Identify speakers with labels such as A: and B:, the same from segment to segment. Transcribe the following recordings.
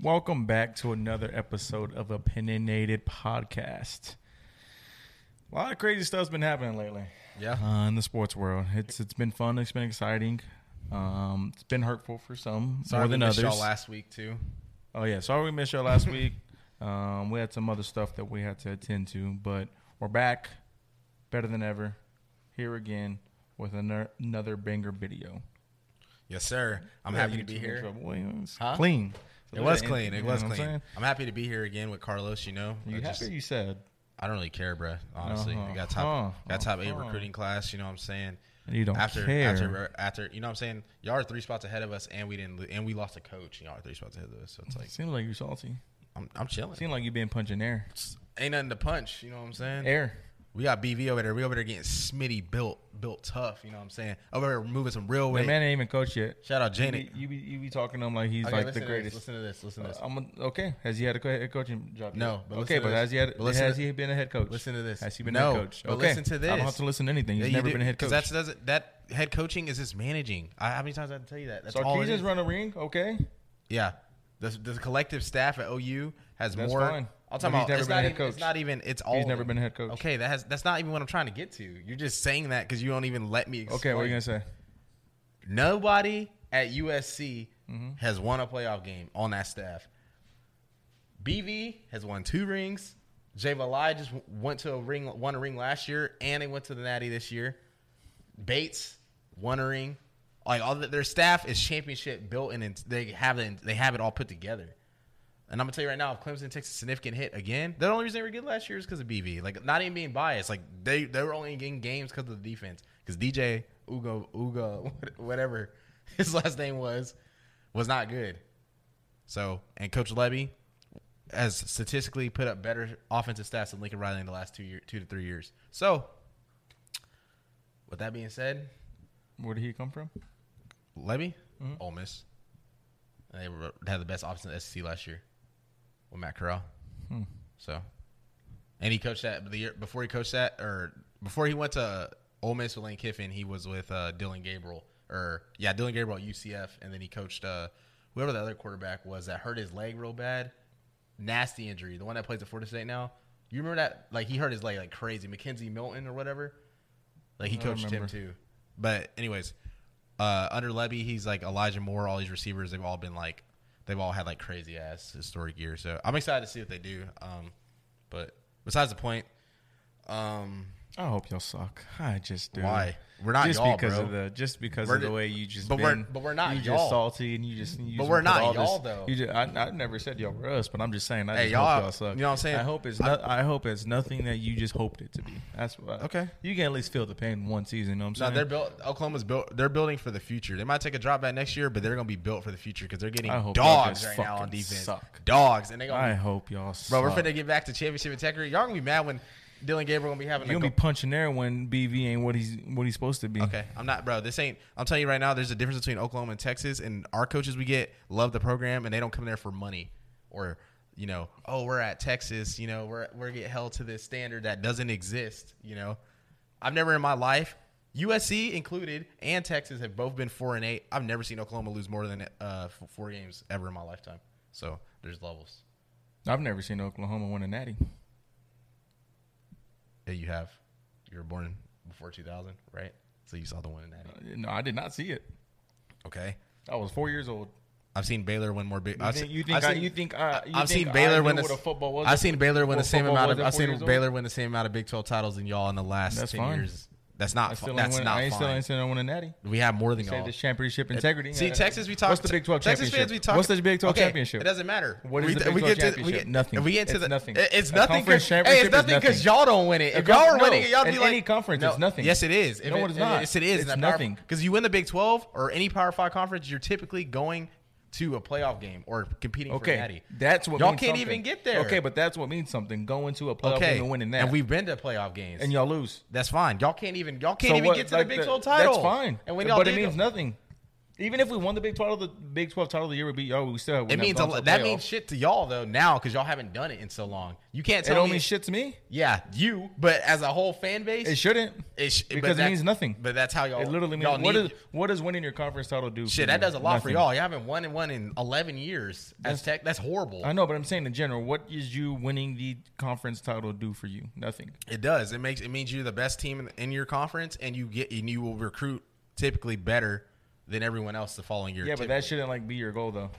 A: Welcome back to another episode of Opinionated Podcast. A lot of crazy stuff's been happening lately
B: Yeah.
A: uh, in the sports world. It's it's been fun. It's been exciting. Um, it's been hurtful for some
B: Sorry
A: more
B: we
A: than
B: missed
A: others.
B: y'all last week too.
A: oh yeah, sorry we missed y'all last week. Um, we had some other stuff that we had to attend to, but we're back, better than ever, here again with another, another banger video.
B: Yes, sir. I'm
A: Yeah,
B: happy to
A: YouTube
B: be
A: in
B: here.
A: trouble. Well, it's
B: Huh?
A: Clean.
B: It was clean.
A: You
B: It
A: know
B: was
A: what I'm
B: clean. I'm,
A: saying?
B: happy to be here again with Carlos. You know,
A: You
B: I,
A: happy?
B: just-
A: you said.
B: I don't really care, bruh. Honestly,
A: Uh-huh.
B: I got top
A: Uh-huh.
B: got top eight
A: Uh-huh.
B: recruiting class. You know what I'm saying?
A: And you don't
B: after
A: care.
B: after after you know what I'm saying? Y'all are three spots ahead of us, and we didn't lo- and we lost a coach. and Y'all are three spots ahead of us, so it's like
A: Seems like you're salty.
B: I'm I'm chilling.
A: Seems like you've been punching air.
B: Ain't nothing to punch. You know what I'm saying?
A: Air.
B: We got BV over there. We over there getting Smitty built built tough. You know what I'm saying? Over there moving some real
A: The
B: weight.
A: man ain't even coached yet.
B: Shout out
A: You
B: Janet.
A: be, you be you be talking to him like he's
B: Okay,
A: like the
B: listen to this,
A: greatest. uh,
B: listen to this. Listen to this.
A: I'm a- okay. Has he had a co- head coaching job?
B: No,
A: yet?
B: but listen
A: okay,
B: to
A: but
B: this.
A: has he had?
B: But listen to
A: has
B: this.
A: he been a head coach?
B: Listen to this.
A: Has he been
B: No,
A: a head coach?
B: but
A: okay.
B: listen to
A: I don't
B: this.
A: have to listen to anything. He's
B: Yeah, you
A: never
B: do,
A: been a head
B: 'cause
A: coach.
B: That's doesn't that head coaching is just managing. I, how many times I have to tell you that? That's all. It
A: Sarkisian's
B: is.
A: run a ring. Okay.
B: Yeah, the, the collective staff at OU has
A: That's
B: more.
A: fine.
B: I'll talk
A: But he's
B: about.
A: never
B: It's
A: been a
B: not,
A: head
B: even, it's
A: coach.
B: not even. It's all.
A: never
B: of it.
A: been a head coach.
B: Okay, that has. That's not even what I'm trying to get to. You're just saying that because you don't even let me. Explain.
A: Okay. What are you gonna say?
B: Nobody at USC has won a playoff game on that staff. BV has won two rings. Jay Valai just w- went to a ring, won a ring last year, and they went to the Natty this year. Bates won a ring. Like all the, their staff is championship built, and it's- they have it. They have it all put together. And I'm gonna tell you right now, if Clemson takes a significant hit again, the only reason they were good last year is because of BV. Like not even being biased, like they they were only getting games because of the defense. Because DJ Ugo Ugo whatever his last name was was not good. So and Coach Levy has statistically put up better offensive stats than Lincoln Riley in the last two year two to three years. So with that being said,
A: Where did he come from?
B: Levy, Ole Miss, and they were, had the best offense in the SEC last year with Matt Corral. So, and he coached that the year before he coached that, or before he went to Ole Miss with Lane Kiffin, he was with uh, Dylan Gabriel, or yeah, Dylan Gabriel at UCF, and then he coached uh, whoever the other quarterback was that hurt his leg real bad, nasty injury, the one that plays at Florida State now. You remember that? Like he hurt his leg like crazy, Mackenzie Milton or whatever. Like he
A: I
B: coached him
A: remember.
B: too. But anyways, uh, under Levy, he's like Elijah Moore. All these receivers, they've all been like, they've all had like crazy ass historic years. So I'm excited to see what they do. Um, but besides the point, um,
A: I hope y'all suck. I just do.
B: Why? We're not
A: just
B: y'all,
A: because
B: bro.
A: of the just because
B: We're
A: of the
B: ju-
A: way you just.
B: but
A: been,
B: we're- but we're not
A: you Just
B: y'all.
A: salty and you just. You
B: But
A: just
B: we're
A: put
B: not
A: all this-
B: y'all, though.
A: You just, I, I never said y'all were us, but I'm just saying. I
B: Hey,
A: just
B: y'all-
A: hope y'all suck.
B: you know what I'm saying?
A: I hope it's. No, I, hope it's nothing that you just hoped it to be. That's what.
B: Okay.
A: You can at least feel the pain one season. You know what I'm
B: no,
A: saying?
B: they're built. Oklahoma's built. They're building for the future. They might take a drop back next year, but they're gonna be built for the future because they're getting
A: I hope y'all
B: dogs
A: just
B: right now on
A: fucking
B: defense.
A: suck.
B: Dogs, and they
A: I
B: gonna.
A: hope y'all. Suck.
B: bro, we're finna get back to championship integrity. Y'all gonna be mad when Dylan Gabriel gonna be having
A: You're
B: a
A: gonna
B: go-
A: be punching there when BV ain't what he's what he's supposed to be.
B: Okay, I'm not, bro. This ain't. I'm telling you right now. There's a difference between Oklahoma and Texas, and our coaches we get love the program, and they don't come there for money, or you know, oh, we're at Texas, you know, we're we're get held to this standard that doesn't exist. You know, I've never in my life, USC included, and Texas have both been four and eight. I've never seen Oklahoma lose more than uh, f- four games ever in my lifetime. So there's levels
A: I've never seen Oklahoma win a natty.
B: that you have. You were born before 2000, right? So you saw the one in that.
A: No, I did not see it.
B: Okay.
A: I was four years old.
B: I've seen Baylor win more big.
A: You
B: I've
A: think
B: seen-
A: you think,
B: I've
A: I,
B: seen-
A: you think I, you
B: I've
A: think
B: seen
A: I
B: Baylor
A: knew
B: win the
A: what a football was.
B: I've seen Baylor win
A: what
B: the same
A: football was
B: amount of
A: at
B: I've
A: four years
B: seen
A: old?
B: Baylor win the same amount of Big 12 titles than y'all in the last
A: That's
B: 10
A: fine.
B: years. That's not
A: I still
B: fu-
A: ain't
B: that's
A: win- I
B: not
A: ain't still
B: fine.
A: ain't seen I win a natty.
B: We have more than
A: Say
B: y'all.
A: this championship integrity.
B: See,
A: Yeah.
B: Texas, we talked.
A: What's the Big Twelve
B: Texas
A: championship?
B: fans, we talked.
A: What's the Big Twelve
B: okay,
A: championship?
B: It doesn't matter.
A: What is
B: we,
A: the Big
B: we
A: 12
B: get to, we
A: championship?
B: get,
A: Nothing.
B: If we get to
A: It's
B: the,
A: nothing.
B: it- It's
A: A
B: nothing.
A: conference
B: 'cause-
A: championship
B: hey,
A: is
B: it's nothing because
A: nothing.
B: y'all don't win it.
A: A
B: If y'all were
A: conference-
B: winning it, y'all
A: no,
B: be
A: in
B: like
A: any conference,
B: No,
A: it's nothing.
B: Yes, it is. If
A: No, it is not.
B: Yes, it is.
A: It's nothing.
B: Because you win the Big 12 or any Power Five conference, you're typically going to a playoff game or competing for
A: Okay,
B: Natty.
A: that's what
B: y'all
A: means
B: can't
A: something.
B: even get there.
A: Okay, but that's what means something. Going to a playoff
B: okay,
A: game and winning that,
B: and we've been to playoff games,
A: and y'all lose.
B: That's fine. Y'all can't even y'all can't
A: So
B: even
A: what-
B: get to
A: like
B: the Big 12 title.
A: That's fine,
B: And when y'all
A: but it
B: did go-
A: means nothing. Even if we won the Big Twelve, the Big Twelve title of the year would be yo. We still have
B: It means a, lo- that means shit to y'all though now because y'all haven't done it in so long. You can't
A: it
B: tell
A: only
B: me.
A: shit to me.
B: yeah, you. But as a whole fan base,
A: It shouldn't.
B: it sh- but
A: because it
B: that-
A: means nothing.
B: But that's how y'all.
A: It literally
B: y'all
A: means what
B: need
A: does what does winning your conference title do?
B: shit.
A: for
B: That
A: you?
B: does a lot
A: Nothing.
B: for y'all. You haven't won and won in eleven years. That's tech. That's horrible.
A: I know, but I'm saying in general, what is you winning the conference title do for you? Nothing.
B: It does. It makes it means you're the best team in, in your conference, and you get and you will recruit typically better than everyone else the following year.
A: Yeah, but that
B: typically.
A: shouldn't like be your goal though.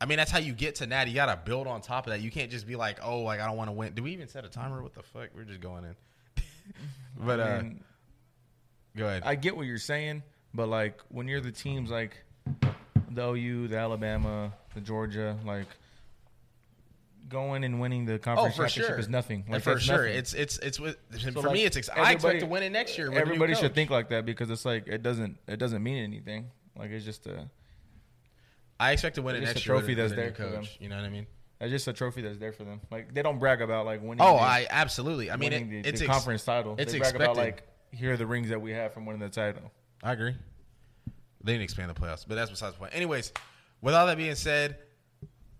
B: I mean, that's how you get to natty. You gotta build on top of that. You can't just be like, oh, like I don't want to win. Do we even set a timer? What the fuck? We're just going in. but uh,
A: And
B: go ahead.
A: I get what you're saying, but like when you're the teams like the OU, the Alabama, the Georgia, like going and winning the
B: oh,
A: conference
B: for
A: championship
B: sure.
A: is nothing. Like
B: Like, for
A: that's
B: sure,
A: nothing.
B: it's it's it's with, for
A: like,
B: me. It's ex- I
A: everybody-
B: expect to win it next year. with a new
A: everybody should
B: coach.
A: think like that because it's like it doesn't it doesn't mean anything. Like it's just a
B: I expect to win it
A: It's just
B: next
A: a
B: year. with
A: trophy
B: a- with
A: that's
B: a new
A: there for them.
B: coach. You know what I mean?
A: it's just a trophy that's there for them. Like they don't brag about like winning.
B: Oh,
A: the-
B: I absolutely. I mean,
A: winning
B: it,
A: the,
B: it's
A: the
B: ex-
A: conference title.
B: it's
A: they brag about
B: expected.
A: like here are the rings that we have from winning the title.
B: I agree. They need to expand the playoffs, but that's besides the point. Anyways, with all that being said,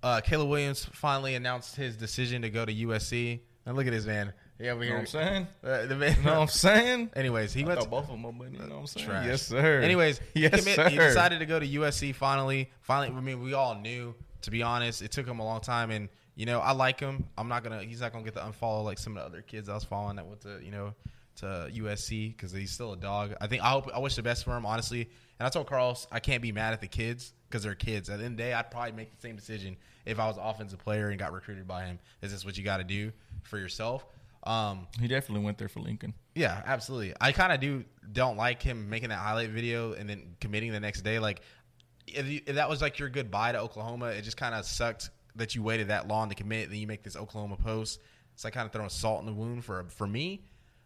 B: uh, Caleb Williams finally announced his decision to go to USC. And look at this man. Yeah, we
A: You know
B: here.
A: what I'm saying?
B: Uh, the man.
A: You know what I'm saying?
B: Anyways, he
A: I
B: went.
A: thought
B: To,
A: both of them, were winning, you know what I'm saying?
B: trash.
A: Yes, sir.
B: Anyways,
A: yes,
B: he, commit-
A: sir.
B: he decided to go to USC finally. Finally, I mean, we all knew. To be honest, it took him a long time, and you know, I like him. I'm not gonna. He's not gonna get the unfollow like some of the other kids I was following that went to you know to USC because he's still a dog. I think I hope I wish the best for him, honestly. And I told Carlos I can't be mad at the kids because they're kids. At the end of the day, I'd probably make the same decision if I was an offensive player and got recruited by him. Is this what you got to do for yourself? Um,
A: He definitely went there for Lincoln.
B: yeah, absolutely. I kind of do don't like him making that highlight video and then committing the next day. Like, if, you, if that was like your goodbye to Oklahoma, it just kind of sucked that you waited that long to commit. Then you make this Oklahoma post. It's like kind of throwing salt in the wound for for me.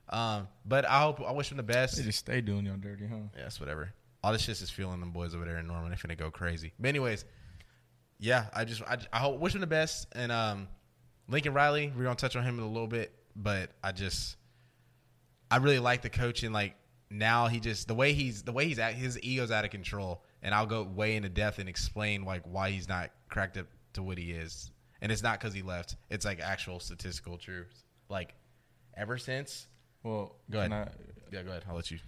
B: Um, but I hope I wish him the best.
A: They just stay doing y'all dirty, huh?
B: Yes, whatever. All this shit's just feeling them boys over there in Norman. They're finna go crazy. But anyways, yeah, I just I, I hope wish him the best. And um, Lincoln Riley, we're gonna touch on him in a little bit, but I just I really like the coach and like now he just the way he's the way he's at his ego's out of control. And I'll go way into depth and explain like why he's not cracked up to what he is. And it's not because he left. It's like actual statistical truths. Like ever since,
A: Well,
B: Go ahead.
A: can I-
B: yeah, go ahead. I'll let you.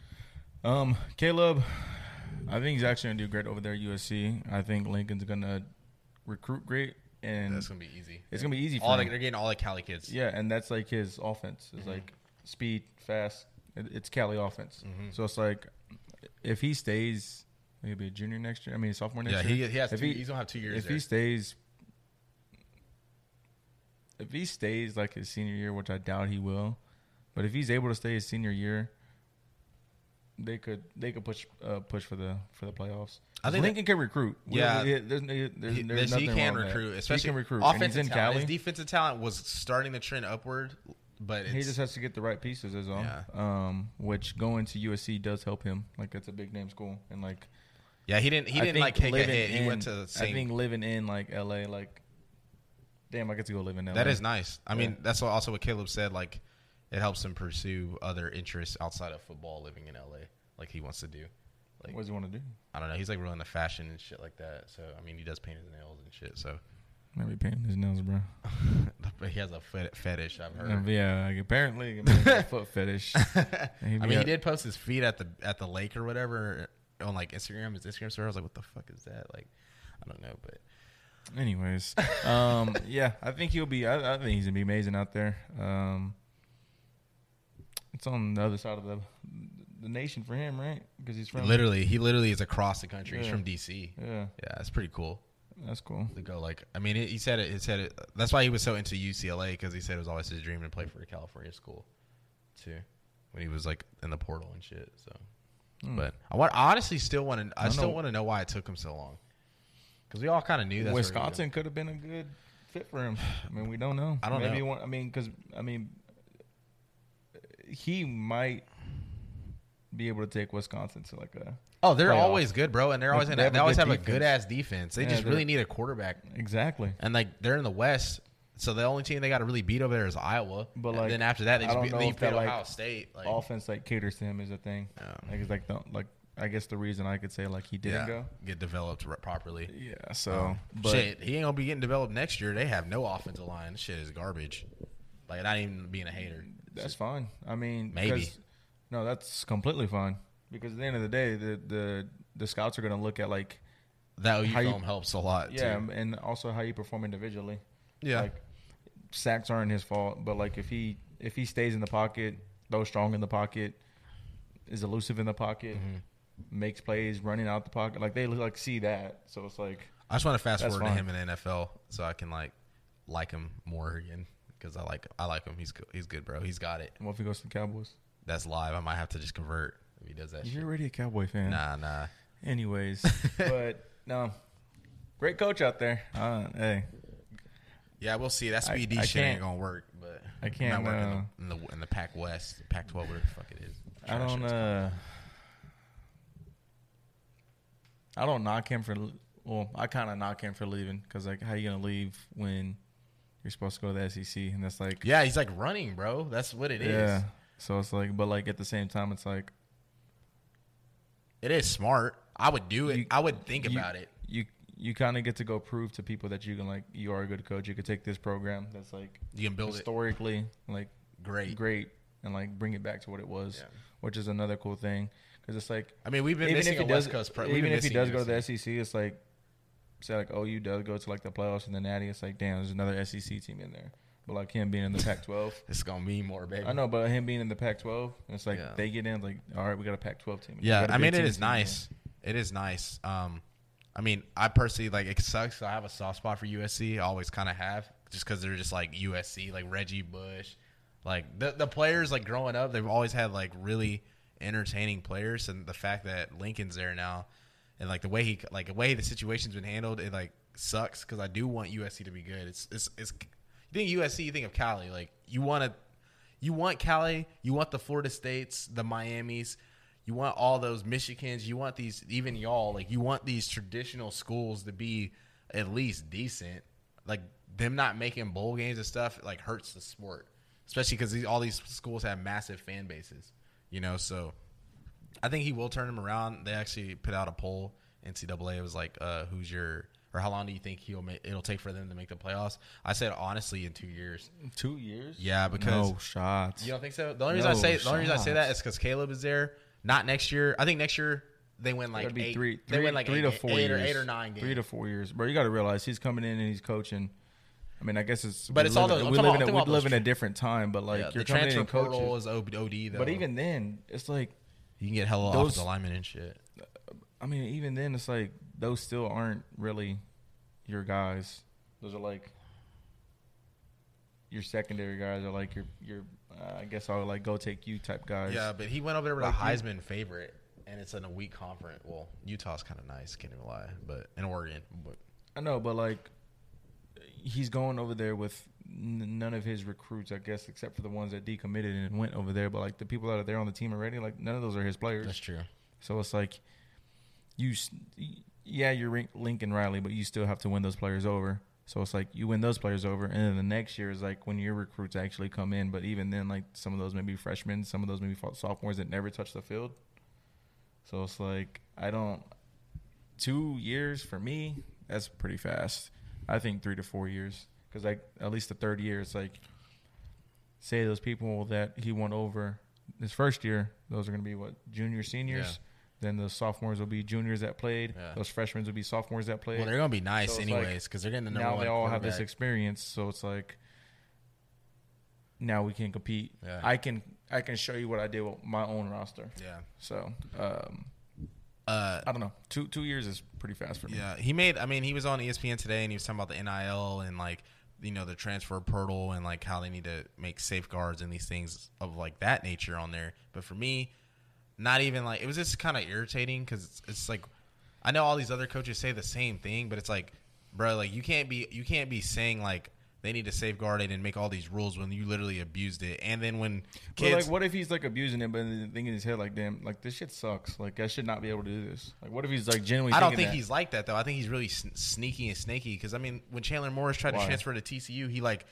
A: Um, Caleb, I think he's actually gonna do great over there at USC. I think Lincoln's gonna recruit great, and
B: That's gonna be easy.
A: it's gonna be easy for
B: all Mm-hmm. the,
A: him.
B: they're getting all the Cali kids.
A: Yeah, and that's like his offense. It's like speed, fast. It, it's Cali offense.
B: Mm-hmm.
A: So it's like if he stays, he'll be a junior next year. I mean, sophomore next
B: Yeah,
A: year.
B: he, he has
A: If
B: two,
A: he-
B: he's gonna have two years.
A: if
B: there.
A: he stays, if he stays like his senior year, which I doubt he will, but if he's able to stay his senior year, they could they could push uh, push for the for the playoffs.
B: I
A: I
B: think
A: think Lincoln can recruit. We-
B: Yeah.
A: we- there's, there's, there's
B: He-
A: nothing
B: he can
A: wrong with that.
B: recruit, especially
A: he can recruit. and he's
B: Offensive
A: in
B: talent.
A: Cali.
B: His defensive talent was starting the trend upward, but it's,
A: He just has to get the right pieces, is all.
B: Yeah.
A: Um, which going to USC does help him. Like that's a big name school, and like
B: yeah, he didn't he
A: I
B: didn't
A: think
B: like take a
A: living
B: hit. he went
A: in-
B: to
A: I
B: St.
A: think living in like LA, like damn, I get to go live in LA.
B: That is nice. I
A: uh,
B: mean,
A: Yeah.
B: that's what- also what Caleb said. Like, it helps him pursue other interests outside of football, living in LA, like he wants to do. Like,
A: what does he want to do?
B: I don't know. He's like really into fashion and shit like that. So, I mean, he does paint his nails and shit. So,
A: Maybe painting his nails, bro. Um,
B: but he has a fet- fetish. I've heard.
A: Yeah, like apparently he got a foot fetish.
B: I
A: He'd be
B: mean, he
A: at-
B: did post his feet at the at the lake or whatever on like Instagram. His Instagram story. I was like, what the fuck is that? Like, I don't know, but
A: Anyways, um, yeah, I think he'll be. I, I think he's gonna be amazing out there. Um, it's on the other side of the the nation for him, right? Because he's from
B: literally, he literally is across the country. He's
A: Yeah.
B: from DC.
A: Yeah,
B: Yeah, it's pretty cool
A: that's cool.
B: to go. Like, I mean, it, he said it. He said it. That's why he was so into UCLA because he said it was always his dream to play for a California school, too. When he was like in the portal and shit. So,
A: Hmm.
B: but I want. I honestly still want to. I,
A: I
B: still
A: know-
B: want to know why it took him so long. Because we all kind of knew that
A: Wisconsin could have been a good fit for him. I mean, we don't know.
B: I don't
A: Maybe
B: know.
A: he want- I mean, because I mean, he might be able to take Wisconsin to like a
B: Oh, they're
A: playoff.
B: always good, bro, and they're always
A: They
B: in,
A: have
B: they
A: a
B: always
A: good
B: have a
A: defense.
B: good ass defense. They
A: Yeah,
B: just
A: they're-
B: really need a quarterback,
A: exactly.
B: and like they're in the West, so the only team they got to really beat over there is Iowa.
A: But,
B: And
A: like,
B: then after that, they
A: I
B: just
A: don't
B: beat,
A: know
B: they
A: if
B: beat
A: that, like,
B: Ohio State. Like,
A: Offense like caters to him is a thing.
B: Yeah.
A: Like it's like the like I guess the reason I could say like he didn't
B: yeah,
A: go.
B: get developed re- properly.
A: Yeah. So, but
B: Shit, he ain't gonna be getting developed next year. They have no offensive line. This shit is garbage. Like not even being a hater.
A: that's fine. I mean,
B: Maybe.
A: because- No, that's completely fine because at the end of the day, the the the scouts are going to look at like
B: That OU
A: How you-
B: film helps a lot.
A: yeah,
B: too.
A: and also how you perform individually.
B: yeah.
A: Like sacks aren't his fault, but like if he if he stays in the pocket, throws strong in the pocket, is elusive in the pocket,
B: Mm-hmm.
A: makes plays running out the pocket, like they look like see that. So it's like
B: I just want to fast
A: That's
B: forward
A: fine.
B: to him in the NFL so I can like like him more again because I like I like him. He's good. he's good, bro. He's got it.
A: what if he goes to the Cowboys?
B: That's live. I might have to just convert if he does that. shit.
A: You're already a Cowboy fan.
B: Nah, nah.
A: Anyways, but no, great coach out there. Uh, hey,
B: Yeah, we'll see. That
A: I-
B: speed D
A: I
B: shit ain't
A: can't-
B: gonna work, but
A: I can't,
B: Might work
A: uh,
B: in, the, in the in the Pac West, Pac twelve, whatever the fuck it is.
A: I
B: Trash
A: don't.
B: ass.
A: Uh, I don't knock him for. Well, I kind of knock him for leaving because like, how you gonna leave when you're supposed to go to the SEC and that's like,
B: Yeah, he's like running, bro. That's what it is.
A: So it's like, but like at the same time, it's like
B: It is smart. I would do it.
A: You-
B: I would think
A: you-
B: about it.
A: You you kind of get to go prove to people that you can like you are a good coach. You could take this program that's like
B: You can build it.
A: historically like
B: Great.
A: great and like bring it back to what it was,
B: Yeah.
A: which is another cool thing because it's like
B: I mean, we've been
A: even
B: missing
A: if he
B: a
A: does,
B: West Coast. Pro- we've
A: even
B: been
A: if he
B: missing
A: does go to
B: USC.
A: the SEC, it's like say like OU does go to like the playoffs and the Natty. It's like damn, there's another SEC team in there. But like him being in the Pac-12,
B: it's gonna be more, baby.
A: I know, but him being in the Pac-12, it's like
B: Yeah.
A: they get in like all right, we got a Pac-12 team. We
B: Yeah,
A: got a
B: I
A: Big
B: mean, it
A: Ten
B: is
A: team now.
B: nice. It is nice. Um, I mean, I personally like it sucks. I have a soft spot for USC. I always kind of have, just because they're just like USC, like Reggie Bush, like the the players like growing up, they've always had like really entertaining players, and the fact that Lincoln's there now, and like the way he like the way the situation's been handled, it like sucks because I do want USC to be good. It's it's it's. You think USC, you think of Cali. Like you want to, you want Cali, you want the Florida States, the Miamis, you want all those Michigans, you want these even y'all, like you want these traditional schools to be at least decent. Like them not making bowl games and stuff like hurts the sport, especially because these, all these schools have massive fan bases, you know. So I think he will turn them around. They actually put out a poll. NCAA It was like, uh, "Who's your or how long do you think he'll make, it'll take for them to make the playoffs?" I said honestly, in two years.
A: Two years.
B: Yeah, because
A: no shots.
B: you don't think so? The only reason I
A: No
B: say the only reason I say that
A: shots.
B: is because Caleb is there. Not next year. I think next year they win like
A: That'd be
B: eight.
A: three, three,
B: they win like
A: three
B: eight,
A: to four
B: eight or
A: years.
B: eight or nine games.
A: Three to four years, bro. You got to realize he's coming in and he's coaching. I mean, I guess it's
B: But
A: we
B: it's
A: live
B: all
A: in a-
B: those- I'm
A: we
B: talking
A: live in
B: about-
A: a,
B: I'm
A: we
B: talking about
A: live in a different time, but like
B: Yeah,
A: you're
B: the
A: coming in
B: transfer
A: and coaches.
B: portal is OD though.
A: But even then, it's like
B: you can get hella
A: those-
B: off the lineman and shit.
A: I mean, even then, it's like those still aren't really your guys. Those are like your secondary guys, or like your your uh, I guess I'll like go take you type guys.
B: Yeah, but he went over there with a
A: Like,
B: Heisman favorite, and it's in a weak conference. Well, Utah's kind of nice, can't even lie, but in Oregon, but
A: I know, but like he's going over there with n- none of his recruits, I guess, except for the ones that decommitted and went over there. But like the people that are there on the team already, like none of those are his players.
B: true.
A: So it's like you, s- yeah, you're Rin- Lincoln Riley, but you still have to win those players over. So it's like you win those players over, and then the next year is like when your recruits actually come in. But even then, like some of those may be freshmen, some of those may be fo- sophomores that never touch the field. So it's like I don't. Two years for me, that's pretty fast. I think three to four years, because like at least the third year, it's like say those people that he won over his first year, those are going to be what junior seniors.
B: Yeah.
A: Then the sophomores will be juniors that played.
B: Yeah.
A: Those freshmen will be sophomores that played.
B: Well, they're gonna be nice
A: So it's like,
B: anyways because they're getting the number
A: now
B: one.
A: they all have this
B: quarterback.
A: experience, so it's like now we can compete.
B: Yeah.
A: I can I can show you what I did with my own roster. So um,
B: Yeah. Uh,
A: I don't know. Two two years is pretty fast for me.
B: Yeah, he made. I mean, he was on E ESPN today, and he was talking about the NIL and like you know the transfer portal and like how they need to make safeguards and these things of like that nature on there. But for me, not even like it was just kind of irritating because it's, it's like I know all these other coaches say the same thing, but it's like, bro, like you can't be you can't be saying like they need to safeguard it and make all these rules when you literally abused it, and then when
A: But
B: kids.
A: like, what if he's like abusing it, but then the thing in his head, like, damn, like this shit sucks. Like, I should not be able to do this. Like, what if he's like genuinely?
B: I don't
A: thinking
B: think
A: that?
B: he's like that though. I think he's really sn- sneaky and snaky because I mean, when Chandler Morris tried
A: Why?
B: to transfer to TCU, he like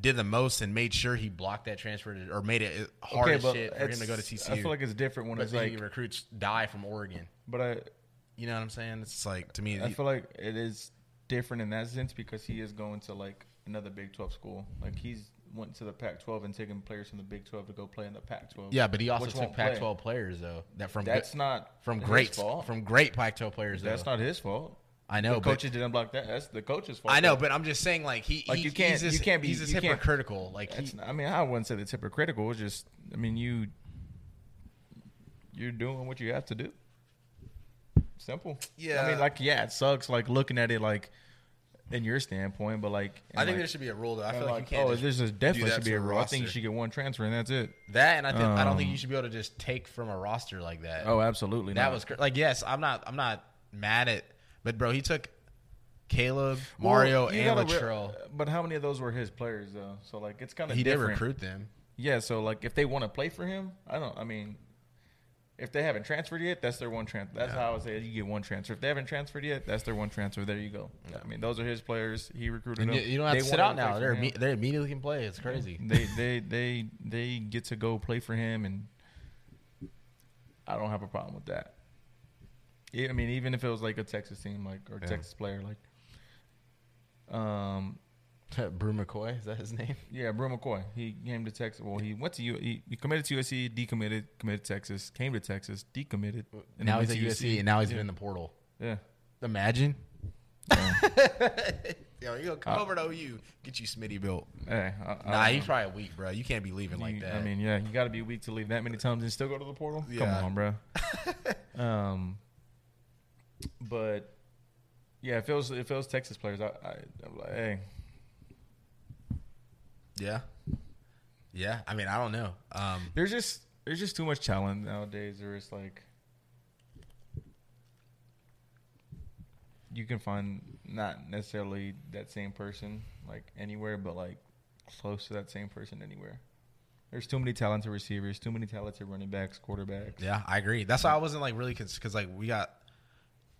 B: did the most and made sure he blocked that transfer to, or made it hard as shit for him
A: it's-
B: to go to TCU.
A: I feel like it's different when
B: but
A: it's
B: then
A: like,
B: you recruits die from Oregon.
A: but I,
B: You know what I'm saying? It's like to me,
A: I feel like it is different in that sense because he is going to like another Big 12 school. Like he's went to the Pac 12 and taken players from the Big 12 to go play in the Pac 12.
B: yeah. But he also
A: which
B: took
A: won't play.
B: Pac-12 players though that from
A: That's
B: good-
A: not
B: from
A: his
B: great
A: fault.
B: from great Pac-12 players.
A: That's
B: though.
A: not his fault.
B: I know,
A: the
B: but
A: coaches didn't block that. That's the coach's fault.
B: I know, but I'm just saying like he
A: Like,
B: he-
A: you can't-
B: he's just,
A: you can't be-
B: he's just
A: you can't-
B: hypocritical. Like he,
A: That's not, I mean, I wouldn't say that's hypocritical. It's just, I mean, you you're doing what you have to do. Simple.
B: Yeah.
A: I mean, like, yeah, it sucks. Like looking at it, like in your standpoint, but like,
B: I think
A: like,
B: there should be a rule though. I feel
A: kinda
B: like,
A: like,
B: you can't.
A: oh,
B: just
A: there's just definitely
B: that
A: should
B: to
A: be a
B: a
A: rule. I think you
B: roster.
A: should get one transfer and that's it.
B: That and I think I don't think
A: Um,
B: you should be able to just take from a roster like that.
A: Oh, absolutely.
B: that
A: not.
B: was cr- like yes, I'm not I'm not mad at, but bro, he took Caleb,
A: Well,
B: Mario,
A: you
B: and
A: gotta re-
B: Latrell.
A: but how many of those were his players though? So like, it's kind of
B: he did
A: different.
B: recruit them.
A: Yeah, so like if they want to play for him, I don't. I mean, if they haven't transferred yet, that's their one transfer. That's how I would say you get one transfer. If they haven't transferred yet, that's their one transfer. There you go. I mean, those are his players. He recruited
B: And
A: them.
B: you, you don't have
A: They
B: to sit out
A: wanted
B: now.
A: play for
B: They're
A: him.
B: imme- they immediately can play. It's crazy.
A: they they they they get to go play for him, and I don't have a problem with that. E- I mean, even if it was like a Texas team, like or
B: Yeah.
A: Texas player, like um
B: Brew McCoy is that his name?
A: Yeah, Brew McCoy. He came to Texas. Well, he went to U. He, he committed to USC, decommitted, committed to Texas, came to Texas, decommitted. and
B: now
A: then
B: he's at
A: went to
B: USC, and now he's
A: yeah.
B: been in the portal.
A: Yeah.
B: Imagine.
A: So,
B: Yo, you gonna come
A: Oh. Uh,
B: over to OU, get you Smitty built.
A: hey, I, I
B: Nah,
A: don't
B: he's
A: know.
B: probably weak, bro. You can't be leaving like
A: You-
B: that.
A: I mean, yeah, you got to be weak to leave that many times and still go to the portal.
B: Yeah.
A: Come on, bro. um, but yeah, if it was if it was Texas players, I, I I'm like, hey,
B: yeah, yeah. I mean, I don't know. Um,
A: there's just there's just too much talent nowadays where it's like you can find not necessarily that same person like anywhere but like close to that same person anywhere there's too many talented receivers too many talented running backs quarterbacks
B: Yeah, I agree. That's why I wasn't like really because like we got